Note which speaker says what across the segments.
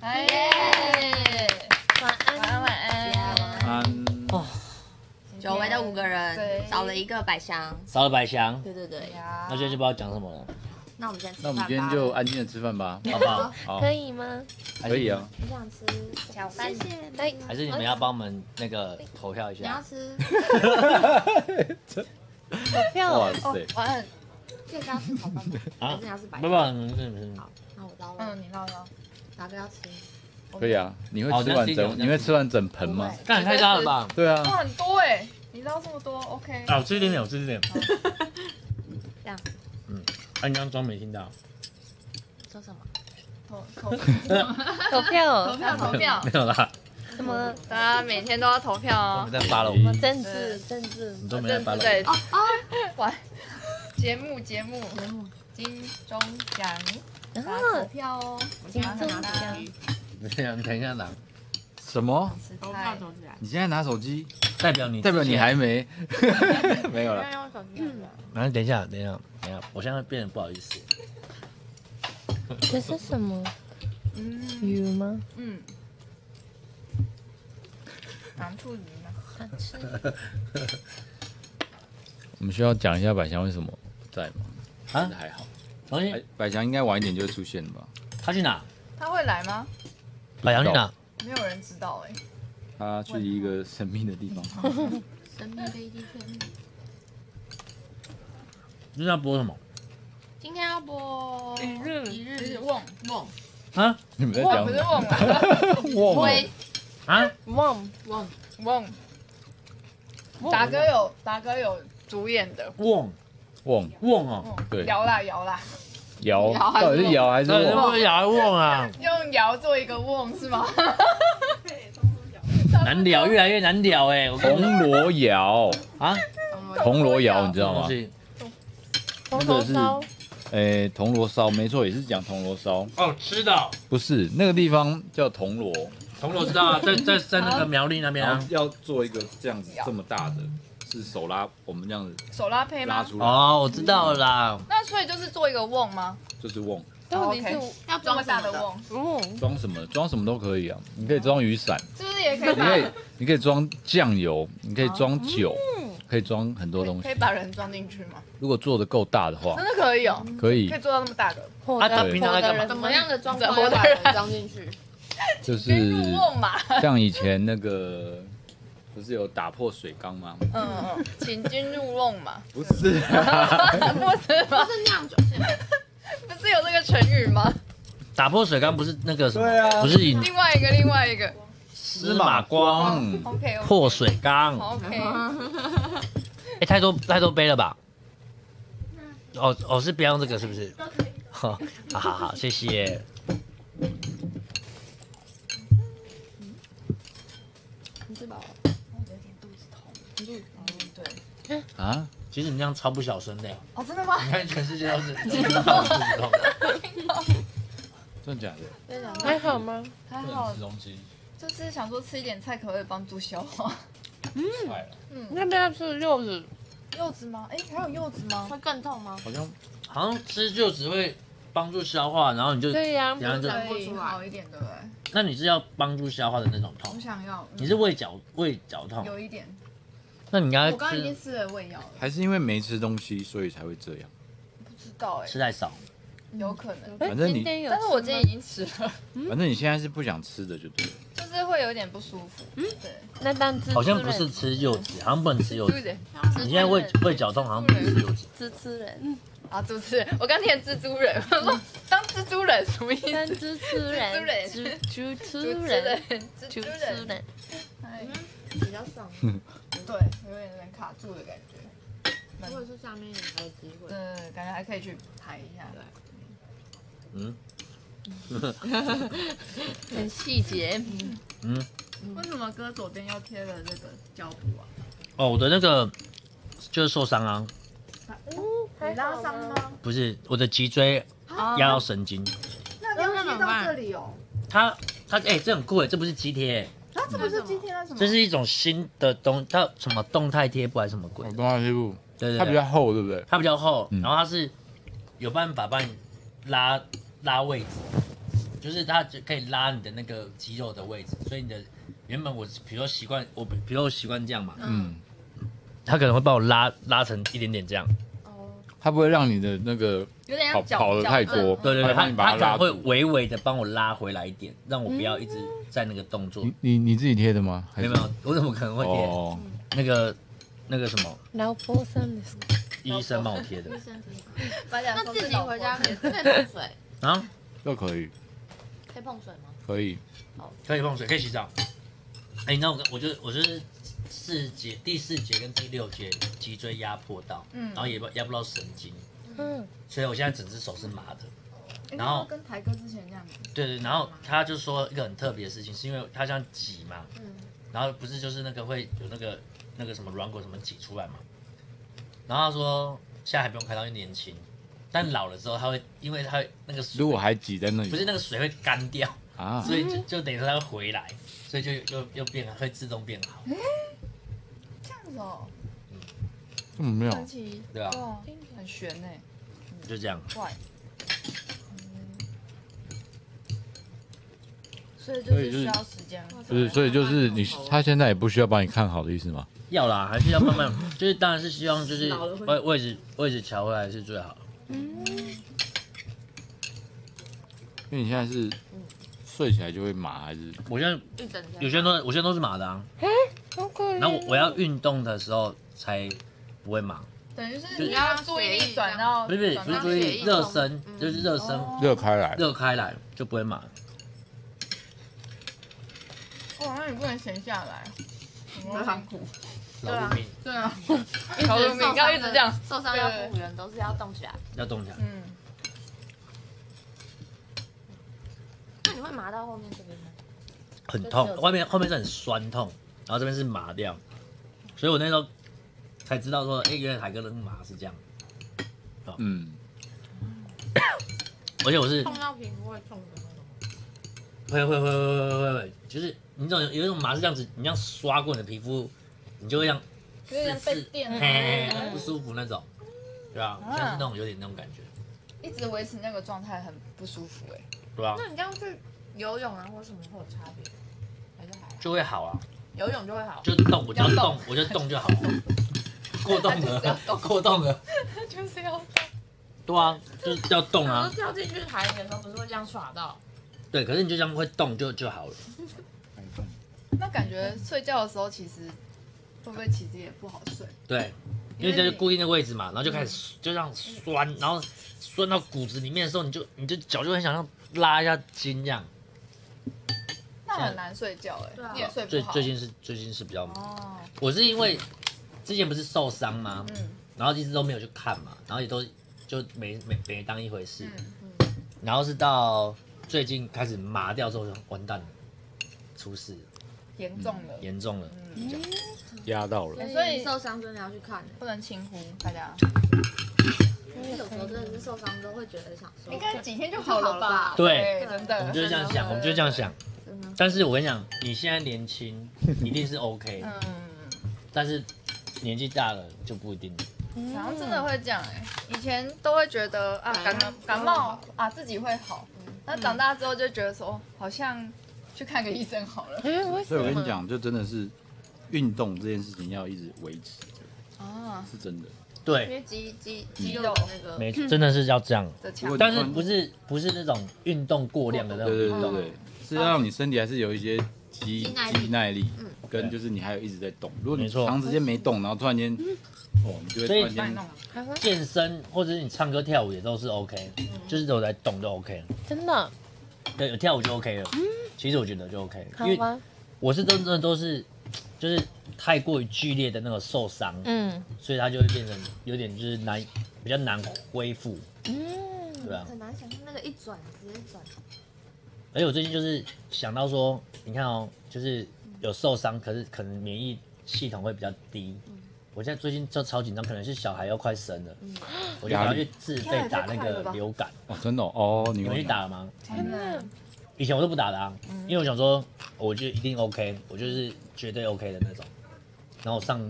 Speaker 1: 哎，
Speaker 2: 晚安，
Speaker 1: 晚安晚安，
Speaker 3: 安
Speaker 4: 哇，
Speaker 2: 久违的五个
Speaker 1: 对
Speaker 2: 人，少了一个百香。
Speaker 4: 少了百祥，
Speaker 2: 对对对，
Speaker 1: 呀
Speaker 4: 那今天就不知道讲什么了，
Speaker 2: 那我们先吃
Speaker 3: 那我
Speaker 2: 饭吧。
Speaker 3: 们今天就安静的吃饭吧，
Speaker 2: 啊
Speaker 4: 好不好？
Speaker 3: 好，
Speaker 2: 可以吗？
Speaker 3: 可以啊，
Speaker 2: 我想吃
Speaker 1: 小饭
Speaker 2: 谢谢。来，
Speaker 4: 还是你们要帮我们那个投票一
Speaker 2: 你要
Speaker 4: 下？
Speaker 2: 吃，
Speaker 4: 票
Speaker 3: 哇塞，
Speaker 1: 哦晚安，
Speaker 2: 这个要吃炒饭吗？
Speaker 4: 啊
Speaker 2: 还是你要吃白
Speaker 4: 不不，
Speaker 2: 饭？
Speaker 4: 嗯嗯嗯
Speaker 2: 好，那我捞了
Speaker 1: 嗯，。你唠唠，
Speaker 2: 哪个要吃？
Speaker 3: 可以啊，你会
Speaker 4: 好
Speaker 3: 吃
Speaker 4: 那
Speaker 3: 完
Speaker 4: 这个
Speaker 3: 整，你会吃完整盆吗
Speaker 2: 不？会
Speaker 4: 干太大了吧？
Speaker 3: 对
Speaker 1: 哇
Speaker 3: 啊，
Speaker 1: 很多哎，你唠这么多，OK，
Speaker 4: 啊，我吃一点点，我吃一点点。
Speaker 2: 这样
Speaker 4: 嗯，啊，你刚刚装没听到？
Speaker 2: 说什么？
Speaker 1: 投投
Speaker 5: 投
Speaker 1: 投
Speaker 5: 票，
Speaker 1: 票投票，
Speaker 4: 没有啦，
Speaker 5: 什么
Speaker 1: 大家每天都要投票
Speaker 4: 我
Speaker 1: 哦
Speaker 4: 们，在发了，
Speaker 3: 咦
Speaker 5: 政
Speaker 1: 对
Speaker 5: 治政治
Speaker 4: 你都没在
Speaker 1: 政
Speaker 4: 发
Speaker 1: 治
Speaker 4: 了。
Speaker 1: 对
Speaker 2: 哦哦，
Speaker 1: 玩节目节目
Speaker 2: 节目
Speaker 1: 金钟奖，大家投
Speaker 5: 啊，
Speaker 1: 票哦，
Speaker 2: 金钟奖
Speaker 4: 这样， 等一下啦，
Speaker 3: 什么？
Speaker 2: 投票投起来。
Speaker 3: 你现在拿手机，
Speaker 4: 代表你，
Speaker 3: 代表你还没 没有了。
Speaker 1: 用手机拿
Speaker 4: 然后等一下，等一下，等一下，我现在变得不好意思。
Speaker 5: 这是什么
Speaker 1: 嗯
Speaker 5: 鱼吗？
Speaker 1: 嗯，糖醋鱼呢？
Speaker 5: 好吃，
Speaker 3: 我们需要讲一下百祥为什么不在吗？
Speaker 4: 啊
Speaker 3: 其实还好，
Speaker 4: 重
Speaker 3: 百
Speaker 4: 新，
Speaker 3: 百祥应该晚一点就会出现了吧？
Speaker 4: 他去哪？
Speaker 1: 他会来吗？
Speaker 4: 百祥去哪？
Speaker 1: 没有人知道哎，
Speaker 3: 他去一个神秘的地方，
Speaker 2: 神秘飞机圈。
Speaker 4: 今天要播什么？
Speaker 2: 今天要播
Speaker 5: 一日
Speaker 2: 一日
Speaker 1: 就是瓮瓮
Speaker 4: 啊
Speaker 3: 你们在
Speaker 1: 瓮
Speaker 3: 讲
Speaker 1: 不
Speaker 3: 什
Speaker 1: 是
Speaker 3: 么？
Speaker 1: 瓮啊，
Speaker 3: 哇
Speaker 2: 喂
Speaker 4: 啊！
Speaker 5: 忘
Speaker 2: 瓮
Speaker 1: 瓮，达哥有达哥有主演的
Speaker 4: 旺
Speaker 3: 旺
Speaker 4: 旺哦，
Speaker 1: 瓮，
Speaker 3: 对
Speaker 1: 摇啦摇啦，
Speaker 3: 摇，
Speaker 2: 摇还是
Speaker 3: 到底是摇还是
Speaker 4: 对，
Speaker 3: 旺？
Speaker 4: 不雅旺啊，
Speaker 1: 用摇做一个瓮是吗？
Speaker 4: 难聊，越来越难聊哎。我跟你
Speaker 3: 铜锣摇，
Speaker 4: 说啊，
Speaker 3: 铜锣摇，你知道
Speaker 4: 什么
Speaker 3: 吗
Speaker 4: 东？西
Speaker 5: 红头烧，
Speaker 3: 诶，哎铜锣烧，没错，也是讲铜锣烧，
Speaker 4: 哦，吃的
Speaker 3: 不是那个地方叫铜锣，
Speaker 4: 铜锣知道啊，在在在那个苗栗那边
Speaker 3: 然
Speaker 4: 啊
Speaker 3: 后。要做一个这样子这么大的，是手拉，我们这样子
Speaker 1: 手拉胚
Speaker 3: 拉
Speaker 1: 吗？
Speaker 3: 出来，
Speaker 4: 哦，我知道了啦，
Speaker 1: 那所以就是做一个瓮吗？哦
Speaker 3: 就是瓮，
Speaker 5: 到底
Speaker 1: OK
Speaker 5: 是
Speaker 1: 这
Speaker 2: 要
Speaker 1: 么
Speaker 2: 装
Speaker 1: 大
Speaker 2: 啥
Speaker 1: 的
Speaker 2: 的？
Speaker 1: 瓮，
Speaker 5: 哦，
Speaker 3: 装什么装什么都可以啊，你可以装雨伞，
Speaker 1: 是不是也可以
Speaker 3: 你可以
Speaker 1: 把
Speaker 3: 你可以装酱油，你可以装酒，可以装很多东
Speaker 1: 可
Speaker 3: 西
Speaker 1: 以。把人装进去吗？
Speaker 3: 如果做的够大的话
Speaker 1: 真，的可以哦，
Speaker 3: 可以
Speaker 1: 可以做到那么大个，
Speaker 5: 火
Speaker 4: 啊他
Speaker 5: 的
Speaker 4: 平常在
Speaker 5: 火
Speaker 4: 干嘛
Speaker 5: 的人
Speaker 2: 怎么样的装
Speaker 1: 怎
Speaker 2: 法
Speaker 1: 么
Speaker 2: 要把人装进去？
Speaker 3: 就是
Speaker 1: 入瓮嘛。
Speaker 3: 像以前那个不是有打破水缸吗？
Speaker 1: 嗯，请君入瓮嘛，
Speaker 3: 不是、
Speaker 1: 不是
Speaker 2: 不
Speaker 1: 吗？
Speaker 2: 是那样就
Speaker 1: 不是有这个成语吗？
Speaker 4: 打破水缸不是那个什
Speaker 3: 对
Speaker 4: 么，
Speaker 3: 啊
Speaker 4: 不是引
Speaker 1: 另外一个，另外一个
Speaker 4: 司马光
Speaker 3: 嗯
Speaker 1: OK，OK，
Speaker 4: 破水
Speaker 3: 哦
Speaker 4: 缸。
Speaker 1: ，OK，
Speaker 5: 嗯
Speaker 4: 哎，太多太多杯了吧？
Speaker 3: 嗯
Speaker 4: 哦哦，是不要用这个是不是？好，好好好，谢谢。
Speaker 2: 你吃饱了？
Speaker 1: 对，
Speaker 3: 啊，
Speaker 4: 其实你这样超不小声的，
Speaker 1: 哦，真的吗？
Speaker 4: 你看全世界都 是都知道肚子痛的。
Speaker 3: 真的假的？
Speaker 2: 对的。
Speaker 5: 还好吗？
Speaker 1: 还
Speaker 3: 不
Speaker 1: 好
Speaker 3: 能吃，东西，
Speaker 1: 就是想说吃一点菜可不可以帮助消化？
Speaker 3: 菜了
Speaker 1: 嗯，
Speaker 5: 那边要吃柚子，
Speaker 1: 柚子吗？哎，还有柚子吗？
Speaker 2: 会更痛吗？
Speaker 3: 好像
Speaker 4: 好像吃就只会帮助消化，然后你就，
Speaker 3: 啊
Speaker 5: 对呀，
Speaker 4: 然后就，
Speaker 1: 可以好一点，对不对？
Speaker 4: 那你是要帮助消化的那种
Speaker 1: 我
Speaker 4: 痛，
Speaker 1: 想要，嗯
Speaker 4: 你是胃绞胃绞痛，
Speaker 1: 有一点，
Speaker 4: 那你应该
Speaker 1: 我刚刚已经
Speaker 4: 吃
Speaker 1: 吃了胃药了，
Speaker 3: 还是因为没吃东西，所以才会这样。
Speaker 1: 不知道哎
Speaker 4: 吃，太少，
Speaker 1: 有可能，
Speaker 5: 哎
Speaker 3: 反正你
Speaker 5: 今天有吃吗，
Speaker 1: 但是我今天已经吃了，
Speaker 3: 反正你现在是不想吃的就对了。
Speaker 1: 就是会有点不舒服。嗯，对，
Speaker 5: 那当吃，
Speaker 4: 好像不是吃柚子，好像不能吃柚
Speaker 1: 对不
Speaker 4: 子。
Speaker 1: 对？
Speaker 4: 你现在胃胃绞痛，好像不能吃柚子。
Speaker 5: 蜘蛛 人，
Speaker 1: 啊，主持人，我刚念蜘蛛人，我
Speaker 5: 嗯
Speaker 1: 说当蜘蛛人什么意
Speaker 5: 当
Speaker 1: 思？
Speaker 5: 蜘蛛人，蜘蜘蛛
Speaker 1: 主持人
Speaker 5: 人，，
Speaker 1: 蜘蛛
Speaker 5: 蜘蛛
Speaker 1: 人，
Speaker 5: 人，嗯
Speaker 1: 哎
Speaker 2: 比较爽，
Speaker 1: 对，有点有点卡住的感觉。
Speaker 2: 如果是下面也还有机会。
Speaker 1: 对，感觉还可以去排一下。
Speaker 4: 嗯
Speaker 5: 很细节，
Speaker 4: 嗯，
Speaker 1: 为什么哥左边又贴了这个胶布啊？
Speaker 4: 哦，我的那个就是受伤啊，
Speaker 1: 你拉伤吗？
Speaker 4: 不是我的脊椎
Speaker 1: 啊
Speaker 4: 压到神经，
Speaker 1: 那你要贴到这里哦。
Speaker 4: 它它哎，这很酷哎，这不是肌贴欸，
Speaker 1: 啊，这不是今天的什么？
Speaker 4: 这是一种新的东，它什么动态贴布还是什么鬼
Speaker 3: 广？东话贴布，
Speaker 4: 对对，
Speaker 3: 它
Speaker 4: 对。
Speaker 3: 比较厚，对不对？
Speaker 4: 它比较厚，
Speaker 3: 嗯
Speaker 4: 然后它是有办法帮你拉拉位置，就是它就可以拉你的那个肌肉的位置，所以你的原本我是比如说习惯我比比如说我习惯这样嘛，
Speaker 3: 嗯，
Speaker 4: 它可能会把我拉拉成一点点这样，
Speaker 2: 哦，
Speaker 3: 它不会让你的那个
Speaker 5: 有点
Speaker 3: 跑
Speaker 5: 像脚
Speaker 3: 跑的太多，
Speaker 4: 对对对，
Speaker 3: 它
Speaker 4: 它
Speaker 3: 会帮你
Speaker 4: 它
Speaker 3: 把
Speaker 4: 可
Speaker 3: 拉
Speaker 4: 能会
Speaker 3: 住。
Speaker 4: 微微的帮我拉回来一点，让我不要一直在那个动作。
Speaker 3: 你你你自己贴的吗？还
Speaker 4: 没
Speaker 3: 是
Speaker 4: 有没有，我怎么可能会贴
Speaker 3: 哦，
Speaker 4: 那个那个什么
Speaker 5: 老婆生的，
Speaker 4: 医生帮我贴的
Speaker 2: 身体
Speaker 1: 把两
Speaker 2: 那
Speaker 1: 个
Speaker 2: 自己回家可以可以碰水，
Speaker 4: 啊？
Speaker 3: 都可以，
Speaker 2: 可以碰水吗？
Speaker 3: 可以。
Speaker 4: 可以碰水，可以洗澡。哎、你知道我跟我就我就是四节第四节跟第六节脊椎压迫到，
Speaker 1: 嗯
Speaker 4: 然后也不压不到神经，
Speaker 5: 嗯，
Speaker 4: 所以我现在整只手是麻的。
Speaker 1: 诶
Speaker 4: 然后
Speaker 1: 那哎跟台哥之前一样，
Speaker 4: 对对，然后他就说一个很特别的事情，是因为他想挤嘛，
Speaker 2: 嗯
Speaker 4: 然后不是就是那个会有那个那个什么软骨什么挤出来嘛，然后他说现在还不用开刀，因为年轻，但老了之后他会，因为他会那个水
Speaker 3: 如果还挤在那里，
Speaker 4: 不是那个水会干掉，
Speaker 3: 啊，
Speaker 4: 所以就就等于说它会回来，所以就又又变会自动变好，
Speaker 1: 这样子哦，
Speaker 3: 这么妙，
Speaker 2: 神奇，
Speaker 4: 对吧、
Speaker 1: 哇，很悬呢，
Speaker 4: 就这样。
Speaker 1: 怪，所以就
Speaker 3: 所
Speaker 1: 是
Speaker 3: 以就是
Speaker 1: 需要时间，
Speaker 3: 不是，所以就是你他现在也不需要帮你看好的意思吗？
Speaker 4: 要啦，还是要慢慢， 就是当然是希望就是
Speaker 2: 老了会
Speaker 4: 位位置位置调回来是最好。
Speaker 3: 因为你现在是睡起来就会麻，还是
Speaker 4: 我现在
Speaker 2: 一整天
Speaker 4: 有些人都我现在都是麻的啊，
Speaker 5: 好可怜。
Speaker 4: 然后我我要运动的时候才不会麻，
Speaker 1: 等于是
Speaker 4: 就
Speaker 1: 你要注意力转到，
Speaker 2: 哦
Speaker 4: 不是不是
Speaker 1: 转
Speaker 4: 不
Speaker 1: 到
Speaker 4: 是注
Speaker 2: 啊血
Speaker 4: 意
Speaker 2: 液
Speaker 4: 热
Speaker 2: 中
Speaker 4: 身，
Speaker 2: 嗯
Speaker 4: 就是热身
Speaker 1: 哦
Speaker 3: 热开来？
Speaker 4: 热开来就不会麻。
Speaker 1: 哇，那你不能闲下来，嗯
Speaker 2: 很辛苦，
Speaker 4: 老路命
Speaker 1: 对啊，
Speaker 2: 好
Speaker 5: 命要一直这样，
Speaker 2: 受伤要复原都是要动起来。
Speaker 4: 要动起来，
Speaker 1: 嗯，
Speaker 2: 那你会麻到后面这边吗？
Speaker 4: 很
Speaker 2: 就
Speaker 4: 痛
Speaker 2: 只，有
Speaker 4: 外面后面是很酸痛，然后这边是麻掉，所以我那时候才知道说，哎、原来海哥的麻是这样，
Speaker 3: 嗯，
Speaker 4: 而且我是
Speaker 2: 碰到皮肤会痛的那种。
Speaker 4: 会会会会会会会，就是你这种有一种麻是这样子，你这样刷过你的皮肤，你就会让
Speaker 1: 有点被电了
Speaker 4: 嘿很不舒服那种，对吧、
Speaker 1: 啊
Speaker 4: 像是那种有点那种感觉，
Speaker 1: 一直维持那个状态很不舒服哎，
Speaker 4: 对吧、
Speaker 2: 那你这样去游泳啊，或什么会有差别？还是还好？
Speaker 4: 就会好啊，
Speaker 2: 游泳就会好。
Speaker 4: 就动，我就要
Speaker 1: 要
Speaker 4: 动
Speaker 1: 动，
Speaker 4: 我就动就好了，过动
Speaker 1: 就是要
Speaker 4: 了，
Speaker 1: 动
Speaker 4: 过动了，
Speaker 1: 就是要
Speaker 4: 对啊，就是要动
Speaker 2: 我
Speaker 4: 啊
Speaker 2: 都，跳进去海里的时候，不是会这样耍到？
Speaker 4: 对，可是你就这样会动就就好了，
Speaker 1: 那感觉睡觉的时候其实会不会其实也不好睡？
Speaker 4: 对，因为这是固定的位置嘛，然后就开始
Speaker 1: 嗯
Speaker 4: 就这样酸，然后酸到骨子里面的时候，你就你就脚就很想让拉一下筋这样，
Speaker 1: 那很难睡觉哎、
Speaker 2: 对啊
Speaker 1: 你也睡
Speaker 4: 最
Speaker 1: 不好。
Speaker 4: 最近是最近是比较，
Speaker 1: 哦，
Speaker 4: 我是因为之前不是受伤吗？
Speaker 1: 嗯
Speaker 4: 然后一直都没有去看嘛，然后也都就没没没当一回事，
Speaker 1: 嗯，
Speaker 4: 然后是到最近开始麻掉之后，我想完蛋了，出事了，
Speaker 1: 严重了，
Speaker 4: 严重了，
Speaker 1: 嗯，
Speaker 3: 压到了，
Speaker 1: 哎
Speaker 2: 所
Speaker 1: 所
Speaker 2: 以
Speaker 1: 以
Speaker 2: 受伤真的要去看、欸，
Speaker 1: 不能轻忽大家。
Speaker 2: 因为有时候真的是受伤之后会觉得想说，
Speaker 1: 应该几天就
Speaker 2: 好
Speaker 1: 好
Speaker 2: 了
Speaker 1: 了
Speaker 2: 吧
Speaker 1: 吧？
Speaker 4: 对
Speaker 1: 真
Speaker 4: 我
Speaker 1: 的。
Speaker 4: 们就是这样
Speaker 1: 嗯
Speaker 4: 想，我们就是这样想。
Speaker 2: 真的
Speaker 4: 但是我跟你讲，你现在年轻一定是 OK，
Speaker 1: 嗯，
Speaker 4: 但是年纪大了就不一定了。
Speaker 1: 然
Speaker 2: 嗯
Speaker 1: 后真的会这样哎、以前都会觉得啊感冒感冒啊自己会好，
Speaker 2: 嗯
Speaker 1: 那长大之后就觉得说哦好像去看个医生好了。
Speaker 5: 哎，为什
Speaker 3: 所以
Speaker 5: 么？
Speaker 3: 我跟你讲，就真的是运动这件事情要一直维持，
Speaker 1: 啊，
Speaker 3: 是真的。
Speaker 2: 因
Speaker 4: 对，
Speaker 2: 为肌
Speaker 1: 肌
Speaker 2: 肌哦肌
Speaker 1: 肉
Speaker 2: 肉的那个
Speaker 4: 没真的是要这样，
Speaker 1: 这强
Speaker 3: 如果
Speaker 4: 但是不是不是那种运动过量
Speaker 1: 嗯
Speaker 4: 的那
Speaker 3: 对对
Speaker 4: 种运
Speaker 3: 对
Speaker 4: 动，
Speaker 3: 对，是要让你身体还是有一些肌
Speaker 2: 肌耐力
Speaker 3: 肌耐力，
Speaker 1: 嗯
Speaker 3: 跟
Speaker 4: 对
Speaker 3: 就是你还有一直在动。如果你
Speaker 4: 没错
Speaker 3: 长时间没动，然后突然间，哦，你就会突
Speaker 4: 所以
Speaker 3: 然
Speaker 1: 卖
Speaker 3: 间
Speaker 1: 弄了。
Speaker 5: 啊
Speaker 4: 健身或者是你唱歌跳舞也都是 OK，就是
Speaker 5: 嗯
Speaker 4: 有在动就 OK，
Speaker 5: 真的
Speaker 4: 对，有跳舞就 OK 了。其实我觉得就 OK，
Speaker 5: 嗯好啊
Speaker 4: 因为
Speaker 5: 吗？
Speaker 4: 我是真的都是就是太过于剧烈的那种受伤，
Speaker 5: 嗯
Speaker 4: 所以它就会变成有点就是难比较难恢复，
Speaker 5: 嗯，
Speaker 4: 对啊吧、
Speaker 2: 很难想象那个一转直接转，
Speaker 4: 而且我最近就是想到说，你看哦，就是有受伤，可是可能免疫系统会比较低。
Speaker 5: 嗯
Speaker 4: 我现在最近就超紧张，可能是小孩要快生了，我就
Speaker 3: 压
Speaker 4: 要
Speaker 3: 力
Speaker 4: 去自费打那个流感。
Speaker 3: 哦，真的哦，哦你
Speaker 4: 你们
Speaker 3: 会
Speaker 4: 去打了吗？
Speaker 1: 天哪，
Speaker 4: 以前我都不打的啊，因为我想说，我就一定 OK，我就是绝对 OK 的那种。然后上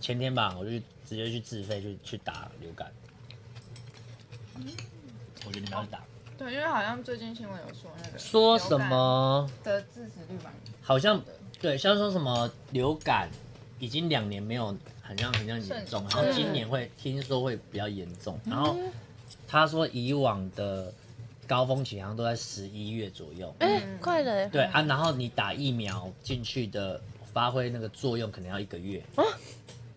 Speaker 4: 前天吧，我就去直接去自费去去打流感，我决定不要去打。
Speaker 1: 对，因为好像最近新闻有说那个
Speaker 4: 说什么
Speaker 1: 的致死率蛮
Speaker 4: 好像对，像说什么流感已经两年没有很像很像严重，
Speaker 1: 是
Speaker 4: 然后今年会听说会比较严重，然后他说以往的高峰期好像都在十一月左右，
Speaker 5: 哎、快了耶，
Speaker 4: 对啊，然后你打疫苗进去的发挥那个作用可能要一个月，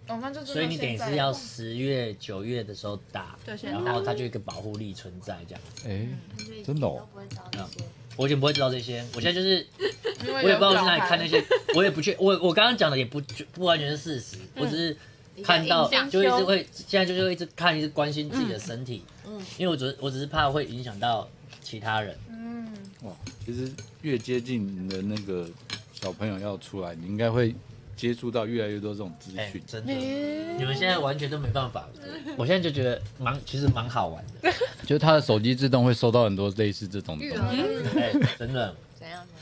Speaker 1: 我们就真的
Speaker 4: 所以你等于是
Speaker 1: 现
Speaker 4: 要
Speaker 1: 哦
Speaker 4: 十月九月的时候打，
Speaker 1: 对先
Speaker 4: 然
Speaker 1: 打
Speaker 4: 后它就有一个保护力存在这样。
Speaker 3: 哎，
Speaker 2: 真
Speaker 3: 真
Speaker 2: 的
Speaker 3: 的
Speaker 2: 哦
Speaker 3: 哦。
Speaker 4: 我以前不会知道这些，我现在就是
Speaker 1: 在因为
Speaker 4: 我也不
Speaker 1: 嗯
Speaker 4: 知道
Speaker 1: 有
Speaker 4: 去哪
Speaker 1: 小
Speaker 4: 里
Speaker 1: 孩
Speaker 4: 看那些，我也不确，我我刚刚讲的也不不完全是事实，我只是看到
Speaker 2: 比较印象
Speaker 4: 就一直会，现在就是会一直看，一直关心自己的身体，嗯，因为我只我只是怕会影响到其他人，
Speaker 1: 嗯，
Speaker 3: 哇，其实越接近你的那个小朋友要出来，你应该会接触到越来越多这种资
Speaker 4: 哎、
Speaker 3: 讯。
Speaker 4: 真的，
Speaker 5: 嗯
Speaker 4: 你们现在完全都没办法，我现在就觉得蛮其实蛮好玩的，
Speaker 3: 就是他的手机自动会收到很多类似这种
Speaker 2: 育
Speaker 3: 东
Speaker 2: 儿
Speaker 3: 西。
Speaker 4: 哎、真的，
Speaker 2: 怎样怎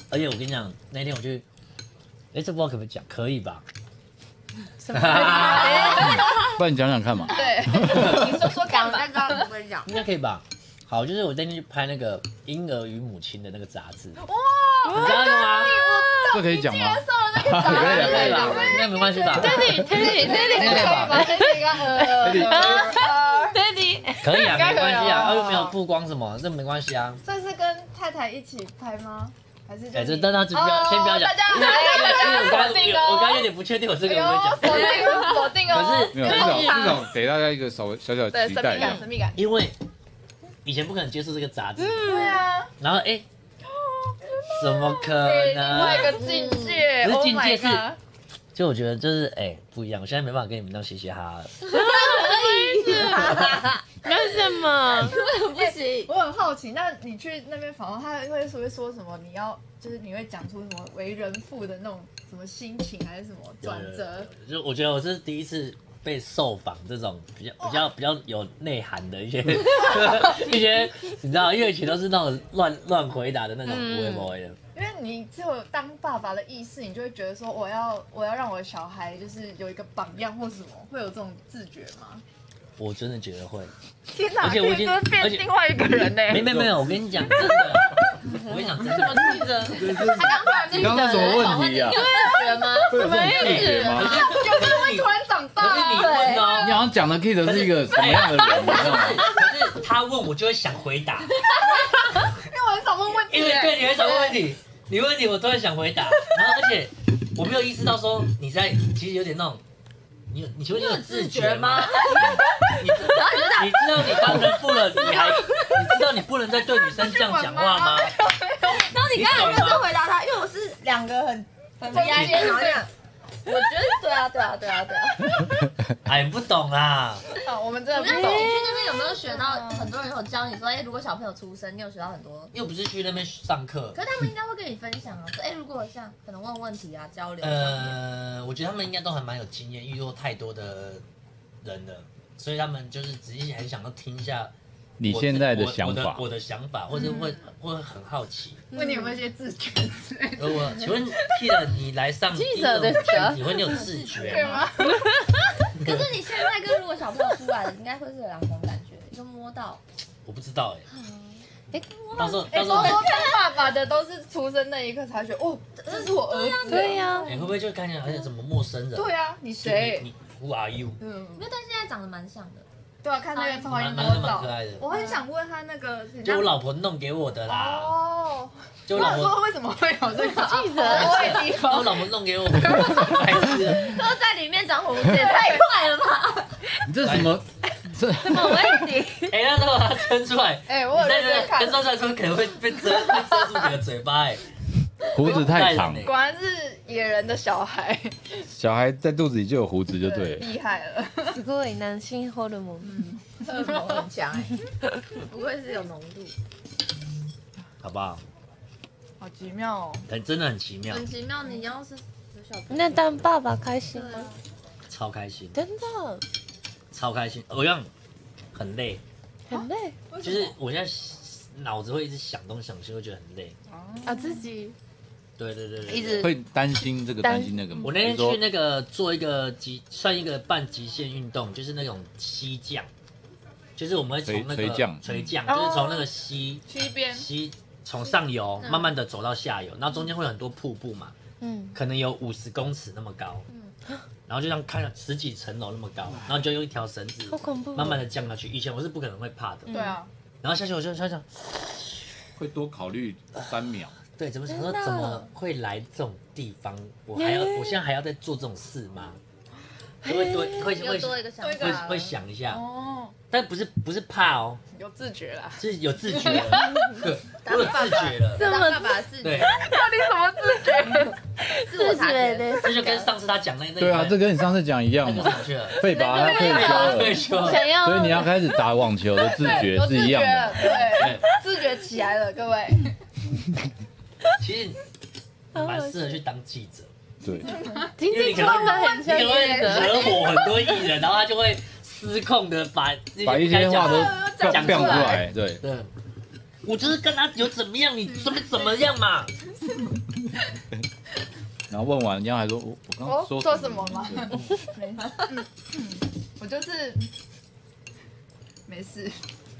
Speaker 2: 样？
Speaker 4: 而且我跟你讲，那天我去，哎、这不知道可不可以讲，可以吧？
Speaker 5: 什么？
Speaker 3: 不然你讲讲 看嘛。
Speaker 1: 对，你说说
Speaker 2: 讲
Speaker 1: 看
Speaker 2: 那
Speaker 1: 吧。
Speaker 2: 个不会讲，
Speaker 4: 应该可以吧？好，就是我那天去拍那个《婴儿与母亲》的那个杂志，你
Speaker 1: 哇，
Speaker 4: 知道那个吗？
Speaker 3: 这可以讲吗？
Speaker 1: 受了那 个砸，
Speaker 3: 可以啊
Speaker 4: 可以
Speaker 1: 吧？
Speaker 4: 吧？应该没关系吧？
Speaker 5: Daddy Daddy
Speaker 1: 可
Speaker 5: Daddy
Speaker 1: 以吧？这个呃，
Speaker 5: Daddy，
Speaker 4: 可以啊，
Speaker 1: 应该
Speaker 4: 没
Speaker 1: 可以哦啊
Speaker 4: 关系啊，又没有曝光什么，这没关系啊。
Speaker 1: 这是跟太太一起拍吗？还是就
Speaker 4: 哎，这
Speaker 1: 是
Speaker 4: 但他就不要
Speaker 1: 哦
Speaker 4: 先不要讲
Speaker 1: 大，家
Speaker 4: 因为因为因为我
Speaker 1: 大
Speaker 4: 刚
Speaker 1: 家
Speaker 4: 刚
Speaker 1: 定
Speaker 4: 有
Speaker 1: 哦
Speaker 4: 我刚刚有点不确定我这
Speaker 1: 哎
Speaker 4: 个有没有
Speaker 1: 呦，
Speaker 4: 讲，
Speaker 1: 锁定锁定哦，
Speaker 4: 可
Speaker 3: 没有，至少
Speaker 4: 是
Speaker 3: 至少给大家一个稍微小小
Speaker 1: 对
Speaker 3: 期
Speaker 1: 神
Speaker 3: 待
Speaker 1: 秘感
Speaker 3: 这样。
Speaker 1: 神秘感，
Speaker 4: 因为以前不可能接触这个杂志，
Speaker 1: 对啊，
Speaker 4: 然后哎，怎么可
Speaker 1: 另外一
Speaker 4: 能？
Speaker 1: 个境界，
Speaker 4: 可是
Speaker 1: Oh
Speaker 4: 境
Speaker 1: my
Speaker 4: 界是
Speaker 1: god
Speaker 4: 就我觉得就是哎不一样，我现在没办法跟你们那样嘻嘻哈哈了。
Speaker 5: 干什么？
Speaker 2: 不行，
Speaker 1: 我很好奇，那你去那边访问，他会说说什么？你要就是你会讲出什么为人父的那种什么心情，还是什么转折？
Speaker 4: 就我觉得我这是第一次被受访这种比较比较比较有内涵的一些 一些，你知道，因为以前都是那种乱乱回答的那种
Speaker 1: 嗯
Speaker 4: 不会不会的，
Speaker 1: 因为你只有当爸爸的意识，你就会觉得说我要我要让我的小孩就是有一个榜样或什么，会有这种自觉吗？
Speaker 4: 我真的觉得会。
Speaker 1: 天哪，
Speaker 4: 而且我已经
Speaker 1: 这个变
Speaker 4: 而且
Speaker 1: 另外一个人呢、
Speaker 4: 没没没有，我跟你讲真的，我跟你讲真的，
Speaker 5: 记者
Speaker 3: 你刚刚什么问题啊？
Speaker 2: 觉吗？
Speaker 3: 会有这种感觉吗？
Speaker 1: 有的人会突然长大、
Speaker 4: 可是你问
Speaker 3: 你
Speaker 4: 哦，
Speaker 3: 好像讲的 Kid 是一个什么样的人，你知道吗？
Speaker 4: 可是他问我就会想回答，
Speaker 1: 因为我很少问问题、
Speaker 4: 因为对你会想问问题，你问题我都会想回答，然后而且我没有意识到说你在其实有点那种。你有你请问你有自觉吗？你知你知道你当人父了，你还你知道你不能再对女生这样讲话吗？
Speaker 2: 然后你刚才认真回答他，因为我是两个很很压力，然后这样。我觉得对啊，对啊，对啊，对啊。
Speaker 4: 哎，你不懂啦，
Speaker 1: 啊，我们真的
Speaker 2: 那
Speaker 1: 不
Speaker 2: 你
Speaker 1: 懂。
Speaker 2: 去那边有没有学到？很多人有教你说，哎，如果小朋友出生，你有学到很多。
Speaker 4: 又不是去那边上课。
Speaker 2: 可是他们应该会跟你分享啊，说，哎，如果像可能问问题啊，交流。
Speaker 4: 呃，我觉得他们应该都还蛮有经验，遇过太多的人了，所以他们就是只是很想要听一下
Speaker 3: 你
Speaker 4: 我
Speaker 3: 现在的
Speaker 4: 我
Speaker 3: 想
Speaker 4: 我
Speaker 3: 法
Speaker 4: 的，我的想法，或者
Speaker 1: 嗯
Speaker 4: 会会很好奇。
Speaker 1: 问你有没有一些自觉之类的？
Speaker 4: 呃我请问记得你来上
Speaker 5: 记
Speaker 4: 第一
Speaker 5: 者
Speaker 4: 个
Speaker 5: 的
Speaker 4: 母
Speaker 5: 蛇
Speaker 4: 亲，你会你有自觉吗？
Speaker 2: 可是你现在跟如果小朋友出来了，应该会是有两种感觉，一个摸到，
Speaker 4: 我不知道哎
Speaker 5: 哎，
Speaker 4: 到时候
Speaker 1: 哎、
Speaker 4: 到时
Speaker 1: 都
Speaker 4: 候
Speaker 1: 说当爸爸的都是出生那一刻才觉得，哦，这是我儿子。
Speaker 5: 对呀、
Speaker 4: 哎会不会就看起来好像什么陌生人？
Speaker 1: 对啊，你
Speaker 4: 就
Speaker 1: 谁？
Speaker 4: 你你 Who are you？
Speaker 1: 嗯
Speaker 2: 因，为但现在长得蛮像的。
Speaker 1: 对啊，看那个超音
Speaker 4: 蛮
Speaker 1: 波
Speaker 4: 蛮蛮可
Speaker 1: 照，
Speaker 4: 爱的，
Speaker 1: 我很想问他那个，
Speaker 4: 就我老婆弄给我的啦，
Speaker 1: 哦，
Speaker 4: 就
Speaker 1: 我
Speaker 4: 我老
Speaker 1: 想
Speaker 4: 婆
Speaker 1: 说为什么会有这个
Speaker 5: 记者
Speaker 1: 我也记
Speaker 4: 就我老婆弄给我的，白痴啊。
Speaker 2: 都在里面长胡子，也太快了吧！
Speaker 3: 你这什么？这
Speaker 2: 我问你，
Speaker 4: 哎、那如果他撑出来，
Speaker 1: 哎、我有
Speaker 4: 你在
Speaker 1: 认
Speaker 4: 那
Speaker 1: 真看
Speaker 4: 个撑，出来之后可能会被遮被遮住你的嘴巴、哎，
Speaker 3: 胡子太长，
Speaker 1: 果然是野人的小孩，
Speaker 3: 小孩在肚子里就有胡子就对了。
Speaker 1: 厉害了。
Speaker 5: 啊， すごい男性ホルモン。
Speaker 2: 荷尔蒙很强哎、不愧是有浓度，
Speaker 4: 好不好？
Speaker 1: 好奇妙哦，
Speaker 4: 很真的很奇妙，
Speaker 1: 嗯
Speaker 2: 很奇妙。你要是有小朋友，
Speaker 5: 那当爸爸开心
Speaker 2: 对
Speaker 5: 吗
Speaker 2: 啊？
Speaker 4: 超开心，
Speaker 5: 真的
Speaker 4: 超开心。我让很累，
Speaker 5: 很累
Speaker 4: 就是我现在脑子会一直想东想西，会觉得很累。
Speaker 5: 啊，自己
Speaker 4: 对对对对
Speaker 5: 一直
Speaker 3: 会担心这个，
Speaker 5: 担
Speaker 3: 担心那个吗？
Speaker 4: 我那天
Speaker 3: 比如
Speaker 4: 去
Speaker 3: 说
Speaker 4: 那个做一个极算一个半极限运动，就是那种激将，就是我们会从那个
Speaker 3: 垂垂降
Speaker 4: 垂降
Speaker 5: 哦
Speaker 4: 就是从那个溪
Speaker 1: 西边
Speaker 4: 溪从上游慢慢的走到下游，然后中间会有很多瀑布嘛，
Speaker 5: 嗯，
Speaker 4: 可能有五十公尺那么高，然后就像看了十几层楼那么高，然后就用一条绳子
Speaker 5: 好恐怖哦嗯
Speaker 4: 慢慢的降下去。以前我是不可能会怕的，
Speaker 1: 对啊，
Speaker 4: 然后下去我就想想，
Speaker 3: 会多考虑三秒。
Speaker 4: 对，怎么想说
Speaker 5: 真的
Speaker 4: 怎么会来这种地方？我还要
Speaker 5: 欸
Speaker 4: 我现在还要再做这种事吗？就会多会
Speaker 2: 又
Speaker 4: 会
Speaker 2: 哎多一
Speaker 4: 会
Speaker 2: 个想
Speaker 1: 多一个
Speaker 2: 法，
Speaker 4: 会想一下，
Speaker 1: 啊哦，
Speaker 4: 但不是不是怕哦，
Speaker 1: 有自觉啦。
Speaker 4: 是有自 觉 了，我有自觉了，
Speaker 2: 当爸爸的自
Speaker 4: 对
Speaker 2: 觉，，
Speaker 1: 到底什么自觉？
Speaker 2: 自我察觉，
Speaker 5: 的，
Speaker 4: 这就跟上次他讲那那一
Speaker 3: 对啊，
Speaker 4: 块
Speaker 3: 这跟你上次讲一样
Speaker 4: 那个
Speaker 3: 嘛
Speaker 4: 什，么去了，
Speaker 3: 被拔他退休
Speaker 2: 哦
Speaker 4: 退
Speaker 3: 了，
Speaker 4: 休了。
Speaker 5: 想要，
Speaker 3: 所以你要开始打网球的自觉
Speaker 1: 有
Speaker 3: 是
Speaker 1: 自
Speaker 3: 一
Speaker 1: 觉
Speaker 3: 样
Speaker 1: 了，
Speaker 3: 的。
Speaker 1: 对
Speaker 4: 对，
Speaker 1: 自觉起来了，各位。
Speaker 4: 其实蛮适合去当记者，
Speaker 3: 对，
Speaker 5: 经
Speaker 4: 因为
Speaker 5: 济
Speaker 4: 你可
Speaker 5: 状
Speaker 4: 能
Speaker 5: 况很
Speaker 4: 你可
Speaker 5: 像
Speaker 4: 能会惹火很多艺人，然后他就会失控的把
Speaker 3: 把一些话都
Speaker 1: 讲
Speaker 3: 讲
Speaker 1: 出来
Speaker 3: 出来，对，
Speaker 4: 对，我就是跟他有怎么样，你怎么怎么样嘛，
Speaker 3: 然后问完，人家还说我我刚
Speaker 1: 哦
Speaker 3: 刚说
Speaker 1: 说什么吗
Speaker 3: 对
Speaker 1: 没事，嗯嗯我就是没事，